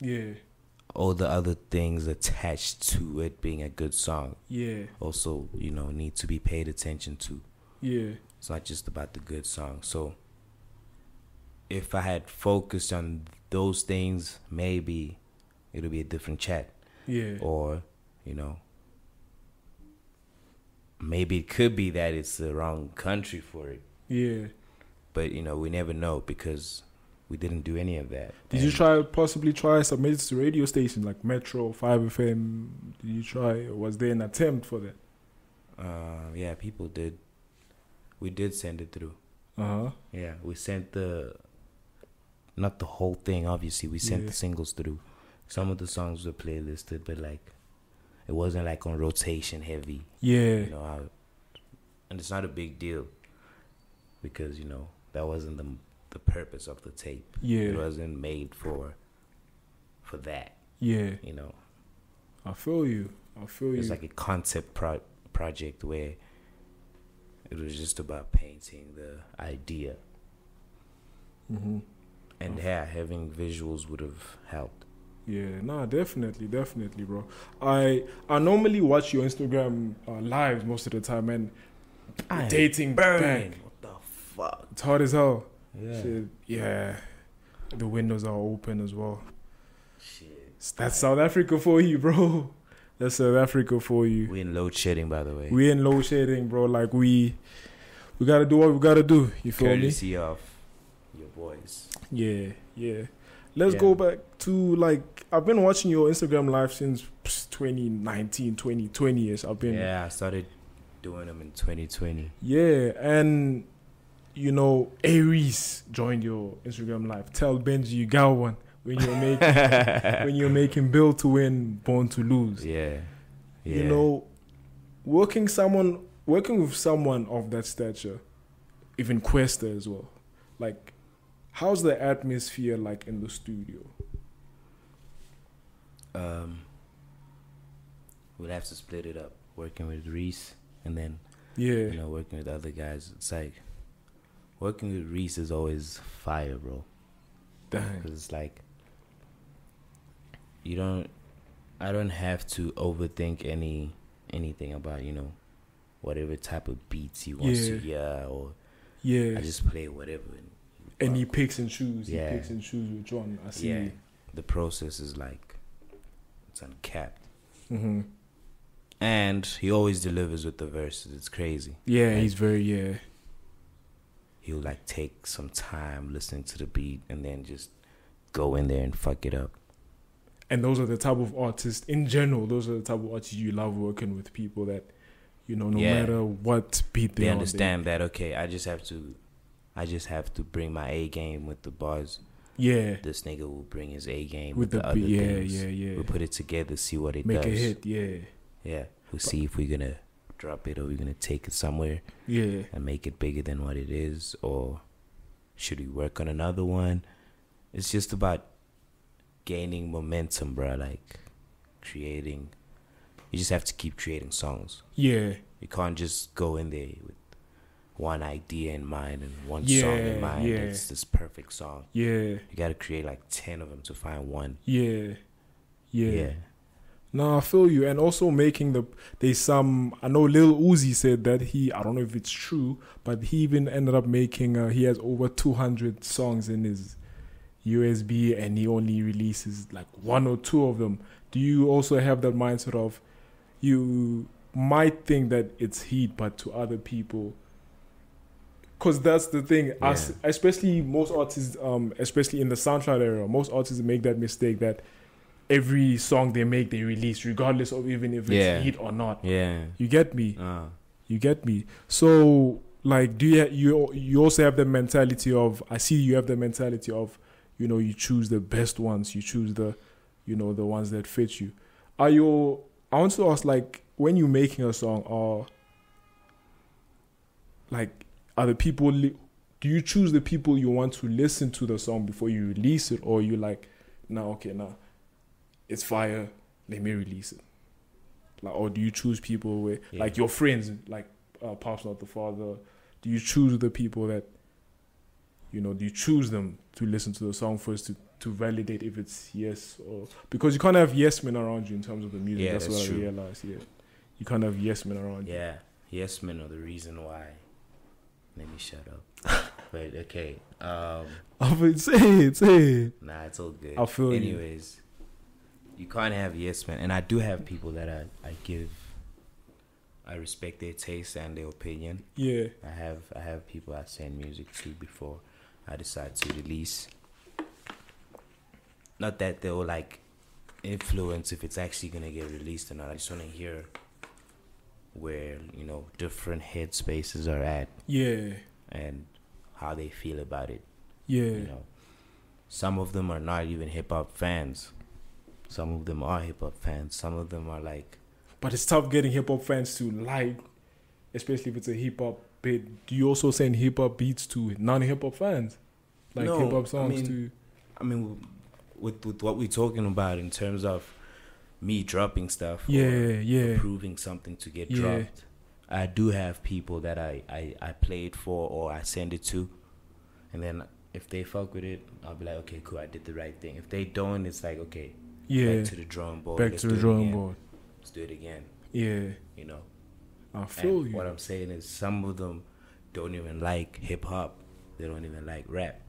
Yeah.
all the other things attached to it being a good song
Yeah.
also, you know, need to be paid attention to.
Yeah.
It's not just about the good song. So, if I had focused on those things, maybe it'll be a different chat.
Yeah.
or you know maybe it could be that it's the wrong country for it
Yeah.
but you know we never know because we didn't do any of that
Did you
And
try possibly try submit it to radio station like Metro, Five FM? Did you try? Was there an attempt for that?
uh, yeah people did we did send it through
Uh huh.
yeah we sent the not the whole thing obviously we sent
Yeah.
the singles through some of the songs were playlisted but like it wasn't like on rotation heavy
Yeah.
you know I, and it's not a big deal because you know that wasn't the the purpose of the tape it
Yeah.
wasn't made for for that
Yeah.
you know
I feel you. I feel you.
it's like a concept pro- project where it was just about painting the idea
mm-hmm. Oh.
and yeah having visuals would have helped
Yeah, nah, definitely, definitely, bro. I I normally watch your Instagram uh, lives most of the time, and
I'm
dating
burning.
bang,
What the fuck?
it's hard as hell.
Yeah.
Shit, yeah, the windows are open as well.
Shit.
That's South Africa for you, bro. That's South Africa for you.
We in load shedding, by the way.
We in low shading, bro. Like we, we gotta do what we gotta do. You feel me?
courtesy of your boys.
Yeah, yeah. Let's
Yeah.
go back to like I've been watching your Instagram live since pss, 2019, 2020 ish. I've been
Yeah, I started doing them in 2020.
Yeah, and you know, Aries joined your Instagram live. Tell Benji you got one when you're making when you're making Bill to win, Born to Lose.
yeah, yeah.
You know, working someone working with someone of that stature, even Questa as well. Like, how's the atmosphere like in the studio?
um, we'll have to split it up. Working with Reese and then
Yeah.
you know working with other guys. It's like working with Reese is always fire, bro.
Dang.
Because it's like you don't, I don't have to overthink any anything about you know whatever type of beats he wants to
Yeah.
hear or
Yeah.
I just play whatever.
and he picks and chooses.
Yeah.
He picks and chooses which one. I see.
yeah, the process is like it's uncapped,
hmm
and he always delivers with the verses. It's crazy.
Yeah,
Like-
he's very yeah.
He'll like take some time listening to the beat and then just go in there and fuck it up.
And those are the type of artists in general. Those are the type of artists you love working with people that, you know, no
Yeah.
matter what beat
They
they, are on,
understand that okay, I just have to, I just have to bring my A game with the bars.
yeah,
This nigga will bring his A game
with the,
other
beat. Yeah,
things.
yeah, yeah.
We'll put it together, see what it
Make
does.
a hit. Yeah,
Yeah, we'll see if we're gonna drop it or we're gonna take it somewhere.
yeah,
and make it bigger than what it is or should we work on another one it's just about gaining momentum bro like creating you just have to keep creating songs
yeah,
you can't just go in there with one idea in mind and one song
Yeah,
in mind
yeah.
it's this perfect song
yeah,
you got to create like 10 of them to find one
yeah,
yeah,
yeah. No, I feel you. And also making the there's some I know Lil Uzi said that he I don't know if it's true, but he even ended up making uh, he has over 200 songs in his USB and he only releases like one or two of them. Do you also have that mindset of you might think that it's heat, but to other people, because that's the thing. Us, especially most artists, um, especially in the soundtrack era, most artists make that mistake that every song they make they release, regardless of even if it's
Yeah.
heat or not.
yeah.
You get me.
Uh,
You get me. So like, do you you you also have the mentality of I see you have the mentality of you know you choose the best ones, you choose the you know the ones that fit you. Are you? I want to ask like when you're making a song, are like are the people li- do you choose the people you want to listen to the song before you release it, or you like, nah, okay, nah, it's fire, let me release it. Like, or do you choose people where,
Yeah.
like your friends, like uh, Pops Not the Father, do you choose the people that, you know, do you choose them to listen to the song first to, to validate if it's yes or because you can't have yes men around you in terms of the music.
Yeah,
that's,
that's
what I
true.
realized. Yeah, you can't have yes men around you.
Yeah, yes men are the reason why. Let me shut up. but okay, um,
I feel say it, say it.
nah, it's all good.
I feel you.
Anyways, you. can't have yes men, and I do have people that I I give. I respect their taste and their opinion.
Yeah,
I have I have people I send music to before I decide to release. Not that they'll like influence if it's actually gonna get released or not. I just wanna hear where, you know, different headspaces are at
yeah,
and how they feel about it.
yeah,
You know. Some of them are not even hip hop fans. Some of them are hip hop fans. Some of them are like
but it's tough getting hip hop fans to like, especially if it's a hip hop bit. Do you also send hip hop beats to non hip hop fans, like
No,
hip hop
I
songs
mean-
to?
I mean, with with what we're talking about in terms of me dropping stuff, or
Yeah, yeah,
proving something to get
Yeah.
dropped. I do have people that I, I I play it for or I send it to, and then if they fuck with it, I'll be like, okay, cool, I did the right thing. If they don't, it's like, okay,
Yeah.
back to the drawing board.
Back
let's
to the
do it
drawing
again,
board.
Let's do it again.
Yeah.
You know.
I feel
And
you.
what I'm saying is some of them don't even like hip hop. They don't even like rap.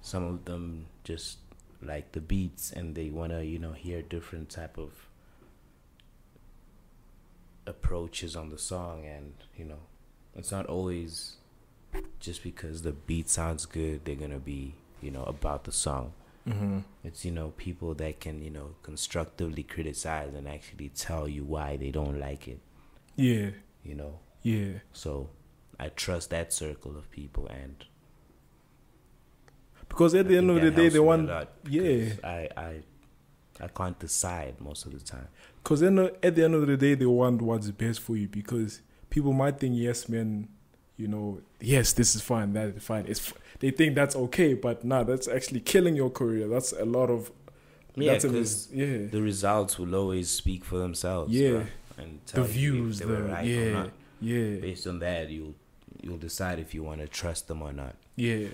Some of them just like the beats and they want to, you know, hear different type of approaches on the song and, you know, it's not always just because the beat sounds good they're going to be, you know, about the song.
Mm-hmm.
It's, you know, people that can, you know, constructively criticize and actually tell you why they don't like it,
Yeah.
you know.
Yeah.
So I trust that circle of people, and
Because at
I
the end
think
of
that
the day,
helps
they
me a
want.
lot
Yeah.
'cause I I I can't decide most of the time.
Because at the end of the day, they want what's best for you. Because people might think, yes, man, you know, yes, this is fine, that is fine. It's f- they think that's okay, but nah, that's actually killing your career. That's a lot of.
Yeah,
that's a
because
mis- yeah,
the results will always speak for themselves.
Yeah.
bruh, and tell you if
views,
they were
the-
right
yeah.
or not.
yeah,
Based on that, you'll you'll decide if you want to trust them or not.
yeah.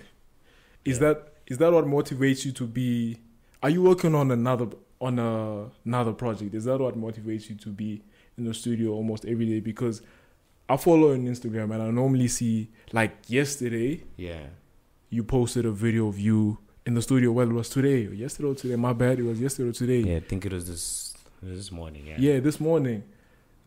Is
Yeah.
that is that what motivates you to be? Are you working on another on a, another project? Is that what motivates you to be in the studio almost every day? Because I follow on Instagram and I normally see like yesterday.
Yeah,
you posted a video of you in the studio. Well, it was today or yesterday or today. My bad. It was yesterday or today.
yeah. I think it was this this morning. Yeah.
Yeah, this morning.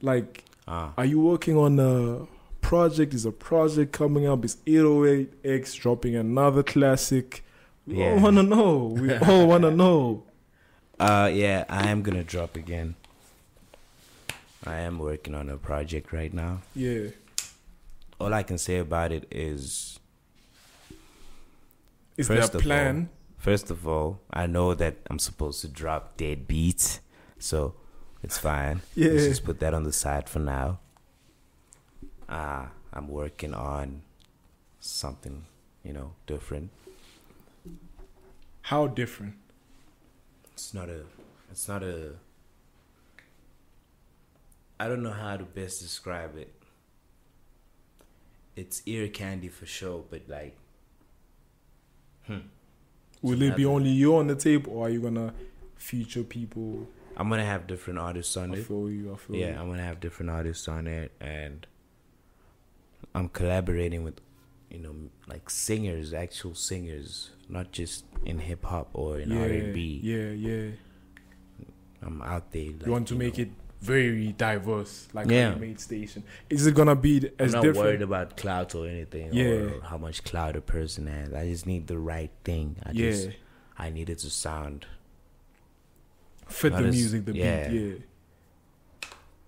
Like,
Ah.
are you working on a project? Is a project coming up? Is 808X dropping another classic? We all
Yeah.
want to know. We all want to know.
Uh, yeah. I am gonna drop again. I am working on a project right now.
Yeah.
all I can say about it is
Is
First
there a
of
plan?
first of all, I know that I'm supposed to drop dead beats, so it's fine. Let's
Yeah.
just put that on the side for now. Ah, I'm working on something, you know, different.
How different?
It's not a it's not a I don't know how to best describe it. It's ear candy for sure, but like
Will it be
Another-
only you on the tape or are you going to feature people?
I'm gonna have different artists on
I
it.
feel you. I feel
Yeah, I'm gonna have different artists on it, and I'm collaborating with, you know, m- like singers, actual singers, not just in hip hop or in
you.
R
Yeah,
and B.
yeah, yeah.
I'm out there. Like,
you want to make it very diverse, like
Yeah.
how you made station. Is it gonna be
I'm
as
not worried
different?
about clout or anything,
Yeah.
or how much clout a person has. I just need the right thing. I
yeah,
just I need it to sound.
fit the
not as-
music, the
yeah.
beat. Yeah,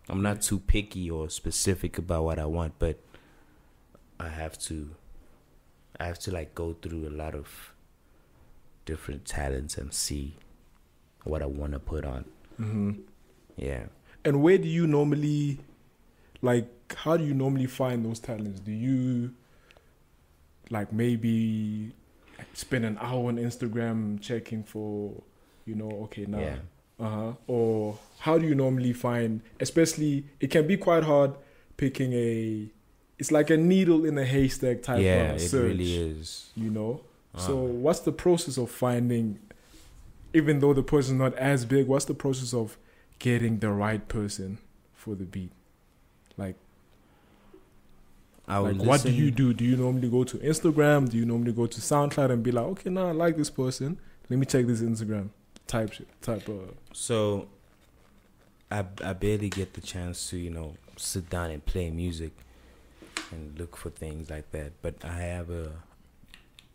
I'm not too picky or specific about what I want, but I have to I have to like go through a lot of different talents and see what I want to put on.
hmm
Yeah.
And where do you normally, like, how do you normally find those talents? Do you, like, maybe spend an hour on Instagram checking for, you know, okay, now
Yeah.
Uh-huh. Or how do you normally find, especially, it can be quite hard picking a, it's like a needle in a haystack type
yeah,
of
it
search,
really is.
you know?
Uh,
So what's the process of finding, even though the person's not as big, what's the process of getting the right person for the beat? Like,
I would
like what do
listen-
you do? Do you normally go to Instagram? Do you normally go to SoundCloud and be like, okay, now I like this person. Let me check this Instagram type shit, type of.
So I I barely get the chance to, you know, sit down and play music and look for things like that. But I have a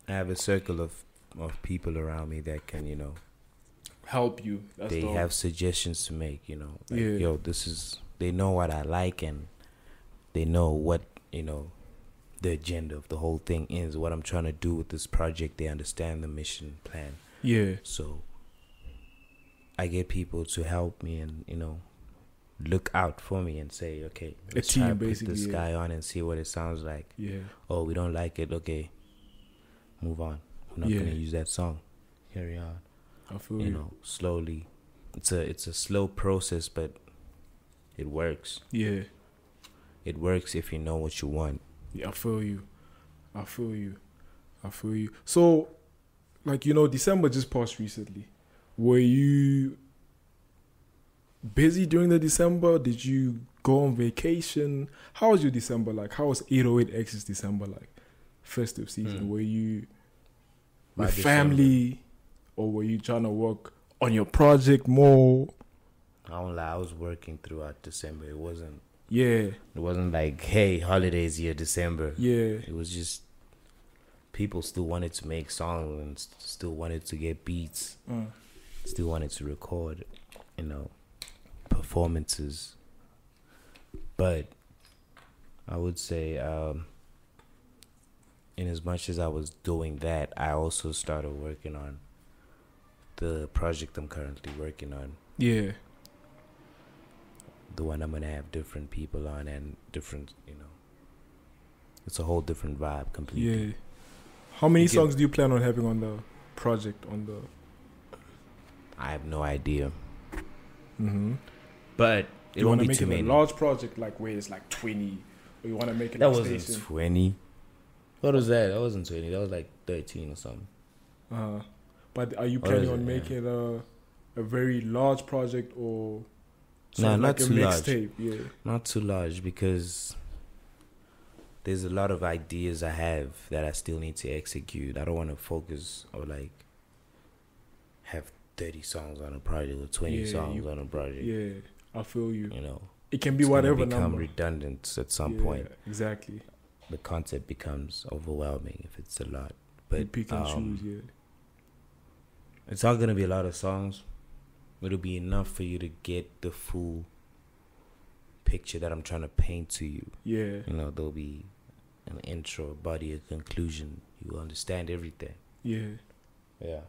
I have a circle of of people around me that can, you know,
help you. That's
they
the
have suggestions to make, you know. Like,
Yeah.
yo, this is they know what I like and they know what, you know, the agenda of the whole thing is, what I'm trying to do with this project. They understand the mission plan.
yeah,
So I get people to help me and, you know, look out for me and say, okay,
A
let's
team,
try to put
basically,
this
yeah.
guy on and see what it sounds like.
yeah,
Oh, we don't like it. Okay, move on. We're not
Yeah.
gonna use that song. Carry on.
I feel
You
you.
know, slowly. It's a it's a slow process, but it works.
Yeah,
It works if you know what you want.
yeah, I feel you. I feel you. I feel you. So, like you know, December just passed recently. Were you busy during the December? Did you go on vacation? How was your December like? How was 808X's December like? Festive season.
Hmm.
Were you
My
with
December.
family or were you trying to work on your project more?
I don't lie, I was working throughout December. It wasn't.
Yeah,
It wasn't like, hey, holidays here, December.
yeah,
It was just people still wanted to make songs and s- still wanted to get beats,
uh,
still wanted to record, you know, performances. But I would say, um, in as much as I was doing that, I also started working on the project I'm currently working on.
yeah.
the one I'm gonna have different people on and different, you know, it's a whole different vibe completely.
Yeah. How many
You get-
songs do you plan on having on the project? On the
I have no idea,
mm-hmm.
but it
you
won't
want to
be
make
too
it a
many.
large project, like where it's like twenty, or you want to make it
that
like
wasn't
station?
twenty. What was that? That wasn't twenty. That was like thirteen or something.
Uh, but are you
Or
planning
is it-
on
Uh-huh. yeah.
making a a very large project or
No,
sort of
not
like
too
a
large.
mixtape? Yeah,
Not too large because there's a lot of ideas I have that I still need to execute. I don't want to focus or like have thirty songs on a project or twenty
Yeah,
songs
you-
on a project.
yeah. I feel you.
You know,
It can be
it's gonna
whatever
become
number.
redundant at some
Yeah,
point.
exactly.
the concept becomes overwhelming if it's a lot.
you
But
pick and
um,
choose.
it's not gonna be a lot of songs. It'll be enough for you to get the full picture that I'm trying to paint to you.
Yeah, yeah,
You know, there'll be an intro, a body, a conclusion. You will understand everything.
yeah.
Yeah.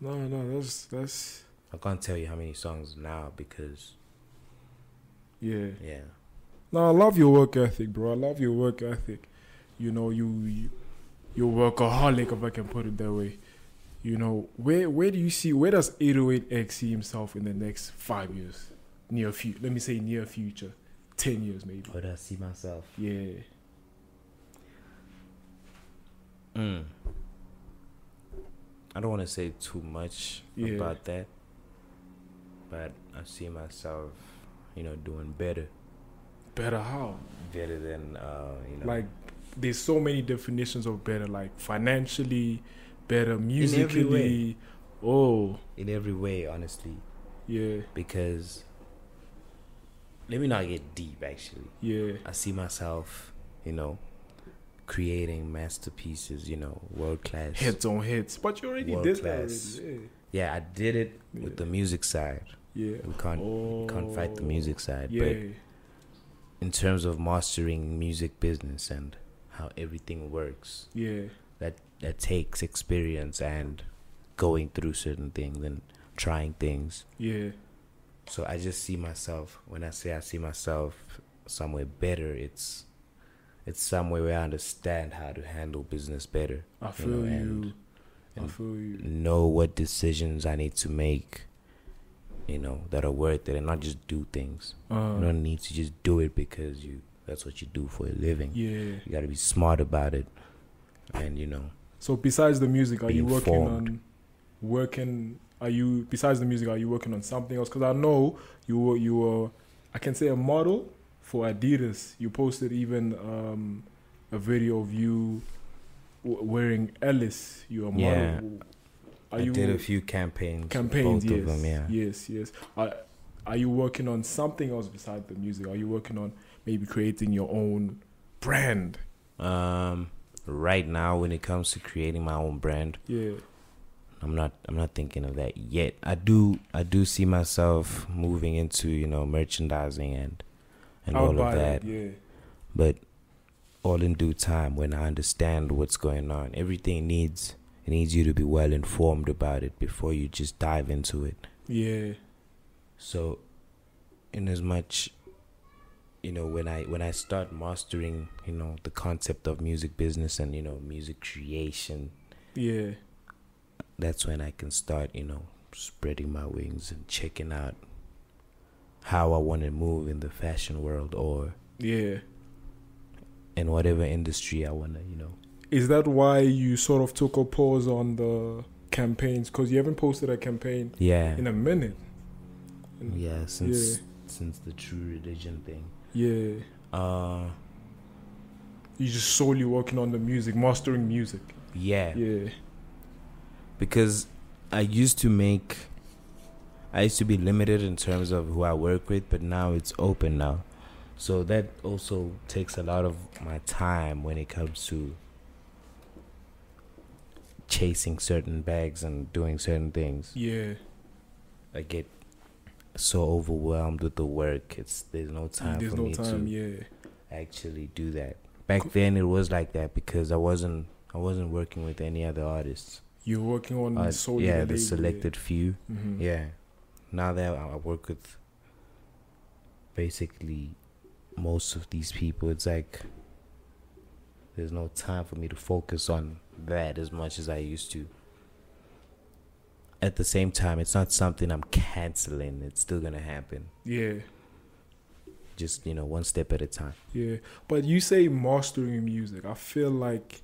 No, no, that's that's
I can't tell you how many songs now because
yeah.
yeah.
No, I love your work ethic, bro. I love your work ethic. You know, you, you you're workaholic, if I can put it that way. You know, where where do you see where does 808X see himself in the next five years, near future? Let me say near future, ten years maybe.
But I see myself.
Yeah,
Mm. I don't want to say too much
Yeah.
about that, but I see myself, you know, doing better,
better how?
better than, uh, you know,
Like, there's so many definitions of better, like financially, better
every way.
musically. Oh,
in every way, honestly,
yeah,
because let me not get deep. Actually,
yeah,
I see myself, you know, creating masterpieces, you know, world class.
hits on hits. But you already
World
did
class.
that already.
Yeah, I did it with the music side.
Yeah. yeah.
We can't can't fight the
Oh,
music side,
Yeah,
but in terms of mastering music business and how everything works
yeah,
that takes experience and going through certain things and trying things
yeah,
so i just see myself when i say i see myself somewhere better it's it's somewhere where i understand how to handle business better
I
You know,
feel you.
and-
I
and-
feel you.
know what decisions i need to make you know that are worth it and not just do things you
Uh,
don't need to just do it because you that's what you do for a living
yeah.
You got to be smart about it, and you know,
So besides the music, are you
Being
working
formed.
on working? Are you besides the music? Are you working on something else? Because I know you were you were I can say a model for Adidas. You posted even um, a video of you w- wearing Ellis. You're a model.
Yeah.
Are
I
you
did a few campaigns,
campaigns?
both
yes.
of them, yeah.
Yes. Yes. Are, are you working on something else besides the music? Are you working on maybe creating your own brand?
Um, right now, when it comes to creating my own brand,
Yeah.
I'm not, I'm not thinking of that yet. I do, I do see myself moving into you know merchandising and and
I would
all of
buy
that,
Yeah.
but all in due time when I understand what's going on. Everything needs it needs you to be well informed about it before you just dive into it.
Yeah.
So, in as much, you know, when I when I start mastering, you know, the concept of music business and you know music creation,
Yeah.
that's when I can start, you know, spreading my wings and checking out how I want to move in the fashion world or
Yeah.
in whatever industry I want to, you know.
Is that why you sort of took a pause on the campaigns? Because you haven't posted a campaign
Yeah,
in a minute.
Yeah, since since the true religion thing.
Yeah.
Uh
You're just solely working on the music, mastering music.
yeah,
Yeah.
because I used to make I used to be limited in terms of who I work with, but now it's open now. So that also takes a lot of my time when it comes to chasing certain bags and doing certain things.
Yeah.
I get so overwhelmed with the work. It's there's no time
There's
for
no
me
time.
to
Yeah.
actually do that. Back then it was like that because I wasn't I wasn't working with any other artists.
You're working on
Uh,
Mm, solely.
yeah,
label,
the selected few.
Yeah. Mhm.
Yeah. Now that I I work with basically most of these people, it's like there's no time for me to focus on that as much as I used to. At the same time, it's not something I'm canceling. It's still going to happen.
Yeah.
Just, you know, one step at a time.
Yeah, but you say mastering music. I feel like,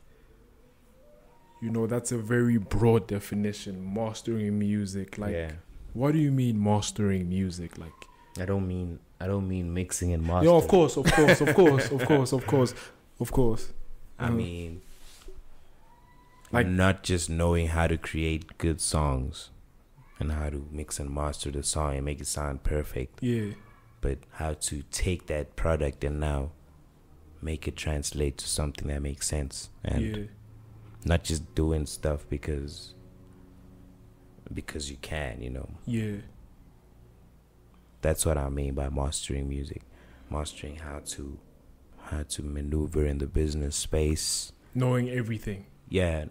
you know, that's a very broad definition. Mastering music, like,
yeah.
what do you mean mastering music? Like,
I don't mean I don't mean mixing and
yeah,
mastering.
of course, of course, of course, of course, of course, of course.
I
Mhm.
mean
Like-
like not just knowing how to create good songs and how to mix and master the song and make it sound perfect,
yeah,
but how to take that product and now make it translate to something that makes sense and
yeah,
not just doing stuff because because you can, you know.
yeah,
That's what I mean by mastering music. Mastering how to how to maneuver in the business space.
knowing everything.
yeah,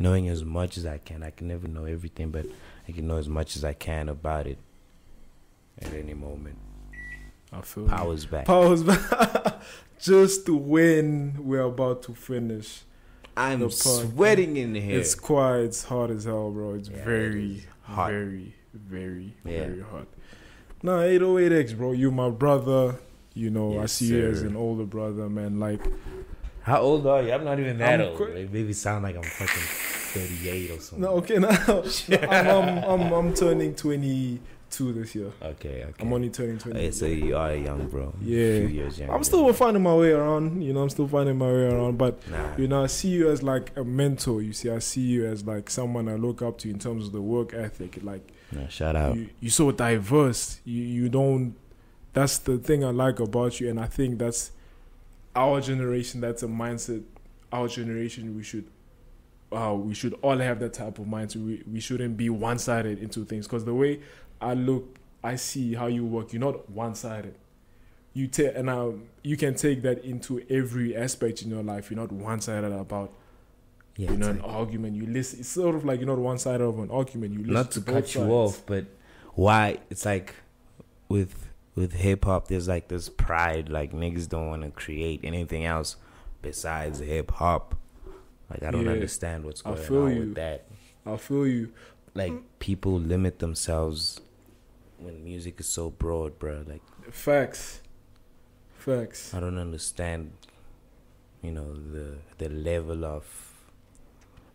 knowing as much as I can. I can never know everything, but I can know as much as I can about it at any moment.
I feel you.
Powers back.
powers. Just when we're about to finish,
I'm
the pod-
sweating in here.
it's quite it's hard as hell, bro. It's
Yeah, it
very
is hot.
Very, very,
Yeah.
very hot. Nah, 808X, bro. You my brother. You know, I
Yes,
see you as
sir.
an older brother, man. Like,
How old are you? I'm not even that
I'm
old.
qu-
It maybe sound like I'm fucking 38 or something.
no, okay, now I'm, I'm, I'm, I'm turning 22 this year.
Okay, okay.
I'm only turning 22.
Hey, so you are young, bro.
Yeah.
A few years younger.
I'm still finding my way around. You know, I'm still finding my way around. But
Nah.
you know, I see you as like a mentor. You see, I see you as like someone I look up to in terms of the work ethic. Like.
nah, shout out.
you, you're so diverse. You you don't. That's the thing I like about you, and I think that's our generation. That's a mindset. Our generation, we should, uh, we should all have that type of mindset. We we shouldn't be one sided into things. Because the way I look, I see how you work. You're not one sided. You take and I, you can take that into every aspect in your life. You're not one sided about
yeah,
you know
it's
an argument. You listen. It's sort of like you're not one sided of an argument. You listen
not to
both
cut you
sides.
off, but why it's like with with hip hop, there's like this pride, like niggas don't want to create anything else besides hip hop. Like I don't
Yeah.
understand what's
I
going
feel
on
you.
with that.
I feel you.
Like people limit themselves when music is so broad, bro. Like
Facts. Facts.
I don't understand, you know, the the level of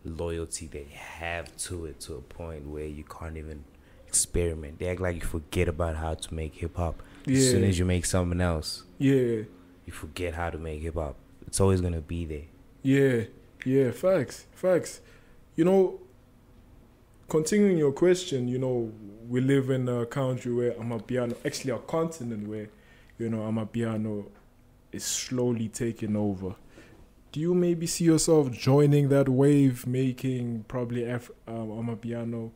loyalty they have to it to a point where you can't even experiment. They act like you forget about how to make hip hop. As soon
Yeah.
as you make something else,
Yeah.
you forget how to make hip hop. It's always gonna be there.
Yeah. Yeah. Facts. Facts. You know, continuing your question, you know, we live in a country where Amapiano, actually, a continent where, you know, Amapiano is slowly taking over. Do you maybe see yourself joining that wave, making probably F, um, Amapiano,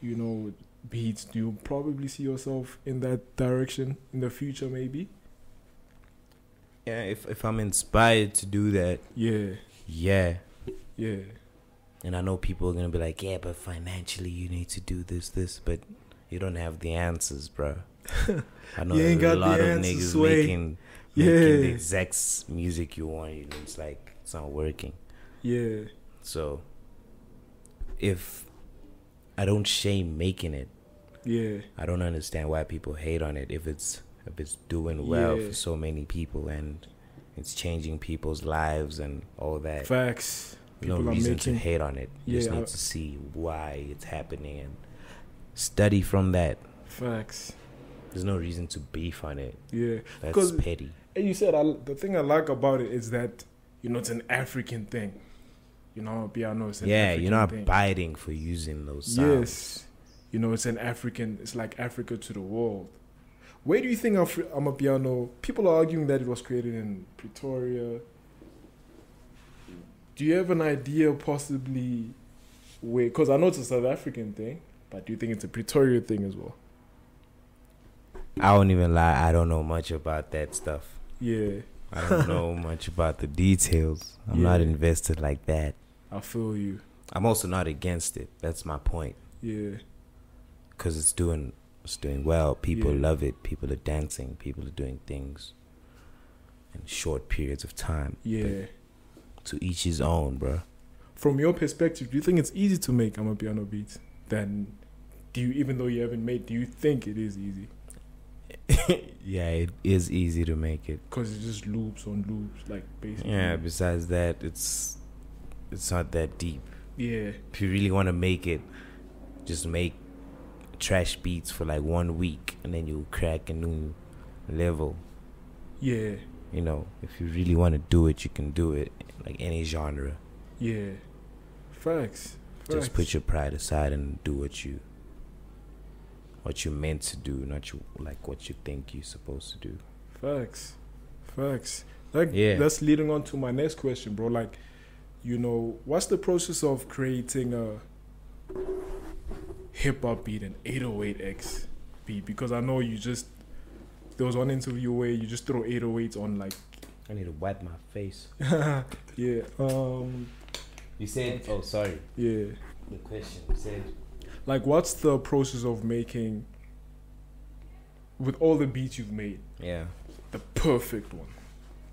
you know, beats? Do you probably see yourself in that direction in the future, maybe?
Yeah, if if I'm inspired to do that,
Yeah.
yeah.
Yeah.
And I know people are gonna be like, yeah, but financially you need to do this, this, but you don't have the answers, bro. I know
You ain't
a
got
lot
the
of
answers,
niggas
Sway.
making, making the
Yeah.
exact s- music you want, and it's like it's not working.
Yeah.
So if I don't shame making it,
Yeah.
I don't understand why people hate on it if it's if it's doing well
Yeah.
for so many people and it's changing people's lives and all that.
Facts.
no
People are
reason
making-
to hate on it. You just
Yeah, I-
need to see why it's happening and study from that.
Facts.
There's no reason to beef on it.
Yeah.
That's
'Cause-
petty.
And you said I, the thing I like about it is that you know it's an African thing. You know, piano is an
Yeah,
African
you're not
thing.
biting for using those sounds.
Yes, you know it's an African. It's like Africa to the world. Where do you think Afri- Amapiano? People are arguing that it was created in Pretoria. Do you have an idea possibly where? Because I know it's a South African thing, but do you think it's a Pretoria thing as well?
I won't even lie. I don't know much about that stuff.
Yeah,
I don't know much about the details. I'm not
Yeah.
invested like that.
I feel you.
I'm also not against it. That's my point.
Yeah,
Cause it's doing, it's doing well. People
Yeah.
love it. People are dancing. People are doing things in short periods of time.
yeah.
But to each his own, bro.
From your perspective, do you think it's easy to make Amapiano beats? Then, do you even though you haven't made, do you think it is easy?
yeah, it is easy to make it.
Because it just loops on loops, like basically.
Yeah. Besides that, it's it's not that deep.
Yeah.
If you really want to make it, just make trash beats for like one week, and then you'll crack a new level.
Yeah.
you know, if you really want to do it, you can do it. Like any genre,
Yeah. Facts. Facts.
just put your pride aside and do what you what you're meant to do, not you like what you think you're supposed to do.
Facts. Facts. Like
Yeah.
that's leading on to my next question, bro. Like, you know, what's the process of creating a hip hop beat an 808X beat? Because I know you just there was one interview where you just throw 808s on like
I need to wipe my face.
yeah, um
You said, oh sorry,
yeah.
the question you said.
Like what's the process of making with all the beats you've made?
Yeah,
the perfect one.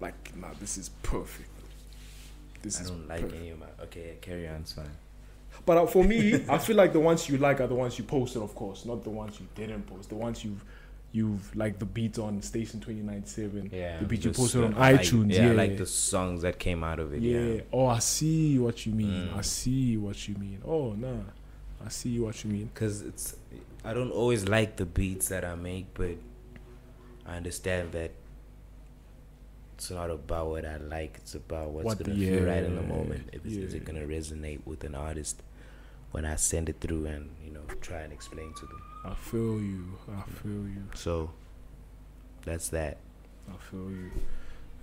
Like, nah, this is perfect. This
I
is
don't like
perfect.
any of my. Okay, carry on, it's fine.
But uh, for me, I feel like the ones you like are the ones you posted, of course, not the ones you didn't post. The ones you've, you've like the beat on Station Twenty Nine Seven.
Yeah,
The beat you
just,
posted on
uh, I-
iTunes.
yeah,
yeah,
I like the songs that came out of it.
yeah.
Yeah,
Oh, I see what you mean.
Mm.
I see what you mean. Oh, nah, I see what you mean.
because it's. I don't always like the beats that I make, but I understand that it's not about what I like. It's about what's
What
gonna
the-
feel right in the
yeah,
moment. If it's, Is
yeah.
it gonna resonate with an artist when I send it through and you know try and explain to them?
I feel you. I feel you.
So that's that.
I feel you.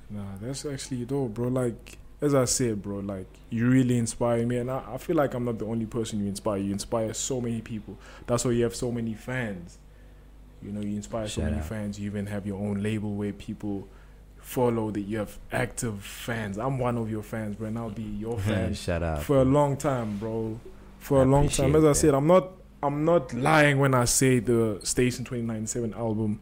Nah, that's actually dope, bro. Like, as I said, bro, like, you really inspire me. And I, I feel like I'm not the only person you inspire. You inspire so many people. That's why you have so many fans. You know, you inspire so
Shout
many
out.
fans. You even have your own label where people follow that you have active fans. I'm one of your fans, bro, and I'll be your fan
Shut up.
for a long time, bro. For a
I
long time. As
appreciate
I
that.
said, I'm not I'm not lying when I say the Station 297 album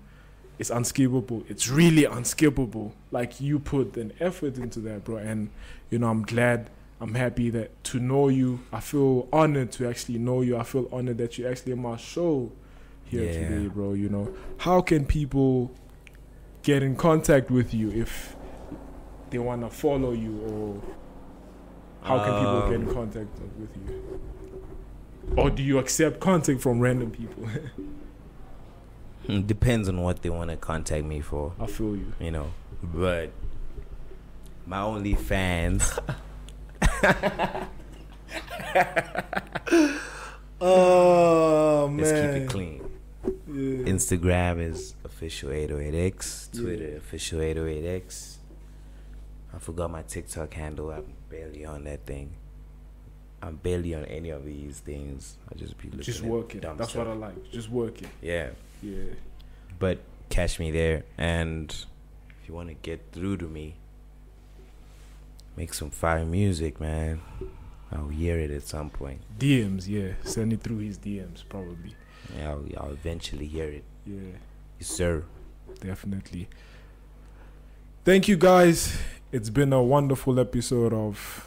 is unskippable. It's really unskippable. Like you put an effort into that, bro, and you know, I'm glad I'm happy that to know you. I feel honored to actually know you. I feel honored that you're actually on my show here
Yeah.
today, bro. You know, how can people get in contact with you if they want to follow you or how can people get in contact with you? Or do you accept contact from random people?
Mm, Depends on what they want to contact me for.
I feel you.
you know. But my only fans.
Oh
Let's keep it clean.
Yeah.
Instagram is official 808x.
Yeah.
Twitter official 808x. I forgot my TikTok handle. I'm barely on that thing. I'm barely on any of these things. I just be looking.
Just
at
work it.
dumb
That's
stuff.
what I like. Just work it.
Yeah,
Yeah.
but catch me there, and if you want to get through to me, make some fire music, man. I'll hear it at some point.
DMs, yeah. Send it through his DMs, probably.
Yeah, I'll, I'll eventually hear it.
Yeah.
Yes, sir.
definitely. Thank you guys. It's been a wonderful episode of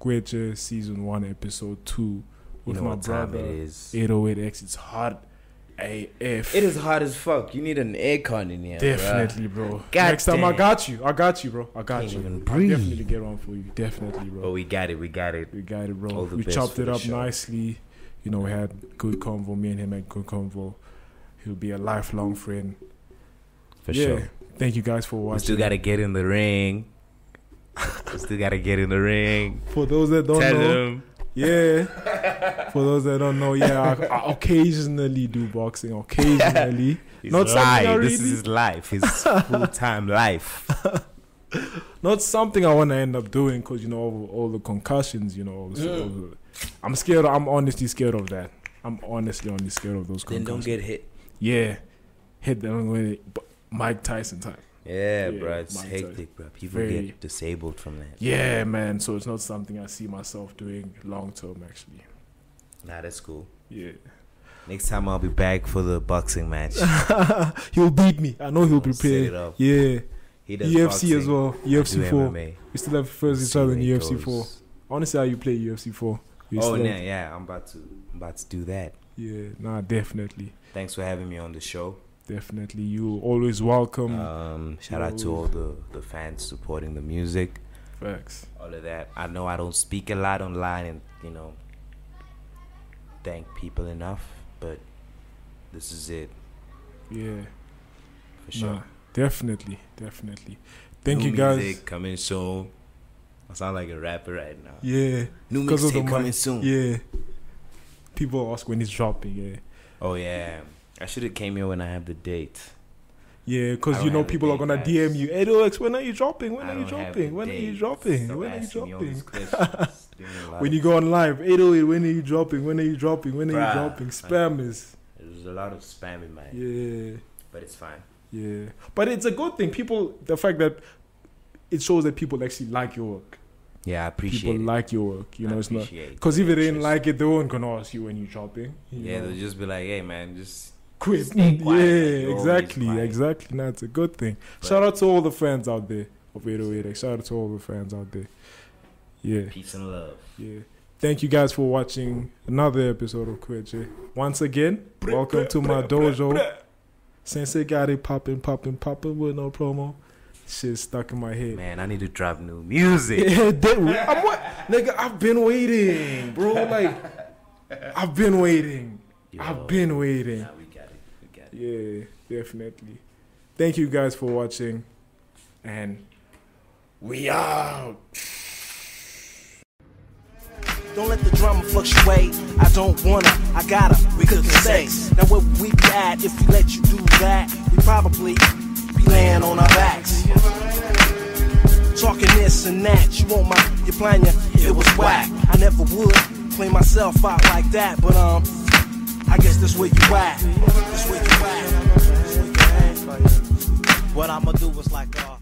Kweche season one, episode two
You
with
know
my
what time it
brother
is.
808X. It's hot AF.
It is hot as fuck. You need an aircon in here. bruh.
definitely, bro.
God
Next time I
damn.
got you. I got you, bro. I got
Can't
you.
even
I
breathe.
definitely get one for you. Definitely, bro.
But we got it. We got it.
We got it, bro.
All the
We
best
chopped
for
it
the
up
show.
nicely. You know, we had good convo. Me and him had good convo. He'll be a lifelong friend.
for
yeah.
sure.
Thank you guys for
We
watching.
still gotta get in the ring. we still gotta get in the ring.
for those that don't
Tell
know,
them.
yeah. for those that don't know, yeah, I, I occasionally do boxing. Occasionally,
His
Not something I
life. This is
really-
his life. His full time life.
not something I want to end up doing because you know all, all the concussions. You know, all the- all the- I'm scared. I'm honestly scared of that. I'm honestly honestly scared of those
Then
concussions.
don't get hit.
yeah, hit them with it. but Mike Tyson type.
Yeah,
Yeah,
bro, it's
mine's
hectic, bro. People
very-
get disabled from that.
Yeah, man. So it's not something I see myself doing long term. Actually,
Nah, that's cool.
yeah.
Next time I'll be back for the boxing match.
he'll beat me. I know he'll
I'll set it
prepare.
up.
Yeah,
He does
UFC
boxing.
as well.
I
UFC
do
four.
MMA.
We still have
We'll
first each
see
other
when
in
it
UFC
goes.
four. Honestly, how you play UFC four? We
Oh
still-
yeah, yeah. I'm about to, I'm about to do that.
yeah. Nah, definitely,
Thanks for having me on the show.
definitely. You always welcome.
Um, shout out to all the the fans supporting the music,
Facts.
all of that. I know I don't speak a lot online, and you know, thank people enough, but this is it
Yeah.
for sure.
Nah, definitely, definitely. Thank
New
you guys.
Music coming soon. I sound like a rapper right now.
Yeah,
New
'Cause of the
mixtape
mic.
coming soon.
yeah. People ask when it's dropping. Yeah,
Oh yeah. I should have came here when I have the date.
yeah.
I
Because
don't
you know
have the
people are
date,
gonna
guys.
DM you. Hey, Alex, when are you dropping? When
I
are you
don't have
dropping?
the
When are you
date.
dropping?
Stop
when are you
asking me all
dropping?
these questions. Doing a lot
When
of-
you go on live, 808, when are you dropping? When are you dropping? When are
Bruh.
you dropping? Spammers.
There's a lot of spam in my
Yeah.
but it's fine.
Yeah, but it's a good thing. People, the fact that it shows that people actually like your work.
Yeah, I appreciate
people
it.
like your work. You know,
I
it's not
appreciate it.
because if they didn't
Interest.
like it, they weren't gonna ask you when you're dropping. You
Yeah,
know?
they'll just be like, hey man, just
quit.
stay quiet, like,
yeah,
you're always
exactly,
quiet.
exactly. That's a good thing.
But-
Shout out to all the fans out there of 808. Shout out to all the fans out there. Yeah,
peace and love.
yeah. Thank you guys for watching another episode of Quit J. Once again, welcome to my dojo. Sensei got it popping, popping, popping with no promo. Shit stuck in my head.
Man, I need to drop new music.
Yeah, that- I'm what, nigga. I've been waiting, bro. Like, I've been waiting. I've been waiting.
Nah, we got it. We got it.
Yeah, definitely. Thank you guys for watching, and we out.
Don't let the drama fluctuate. I don't wanna, I gotta, we could say. Now where would we be at if we let you do that? We probably be laying on our backs. Talking this and that, you want my, you plan ya, it was whack. I never would clean myself out like that, but um, I guess that's where you at. That's where you at. That's where you at. What I'ma do is like, uh,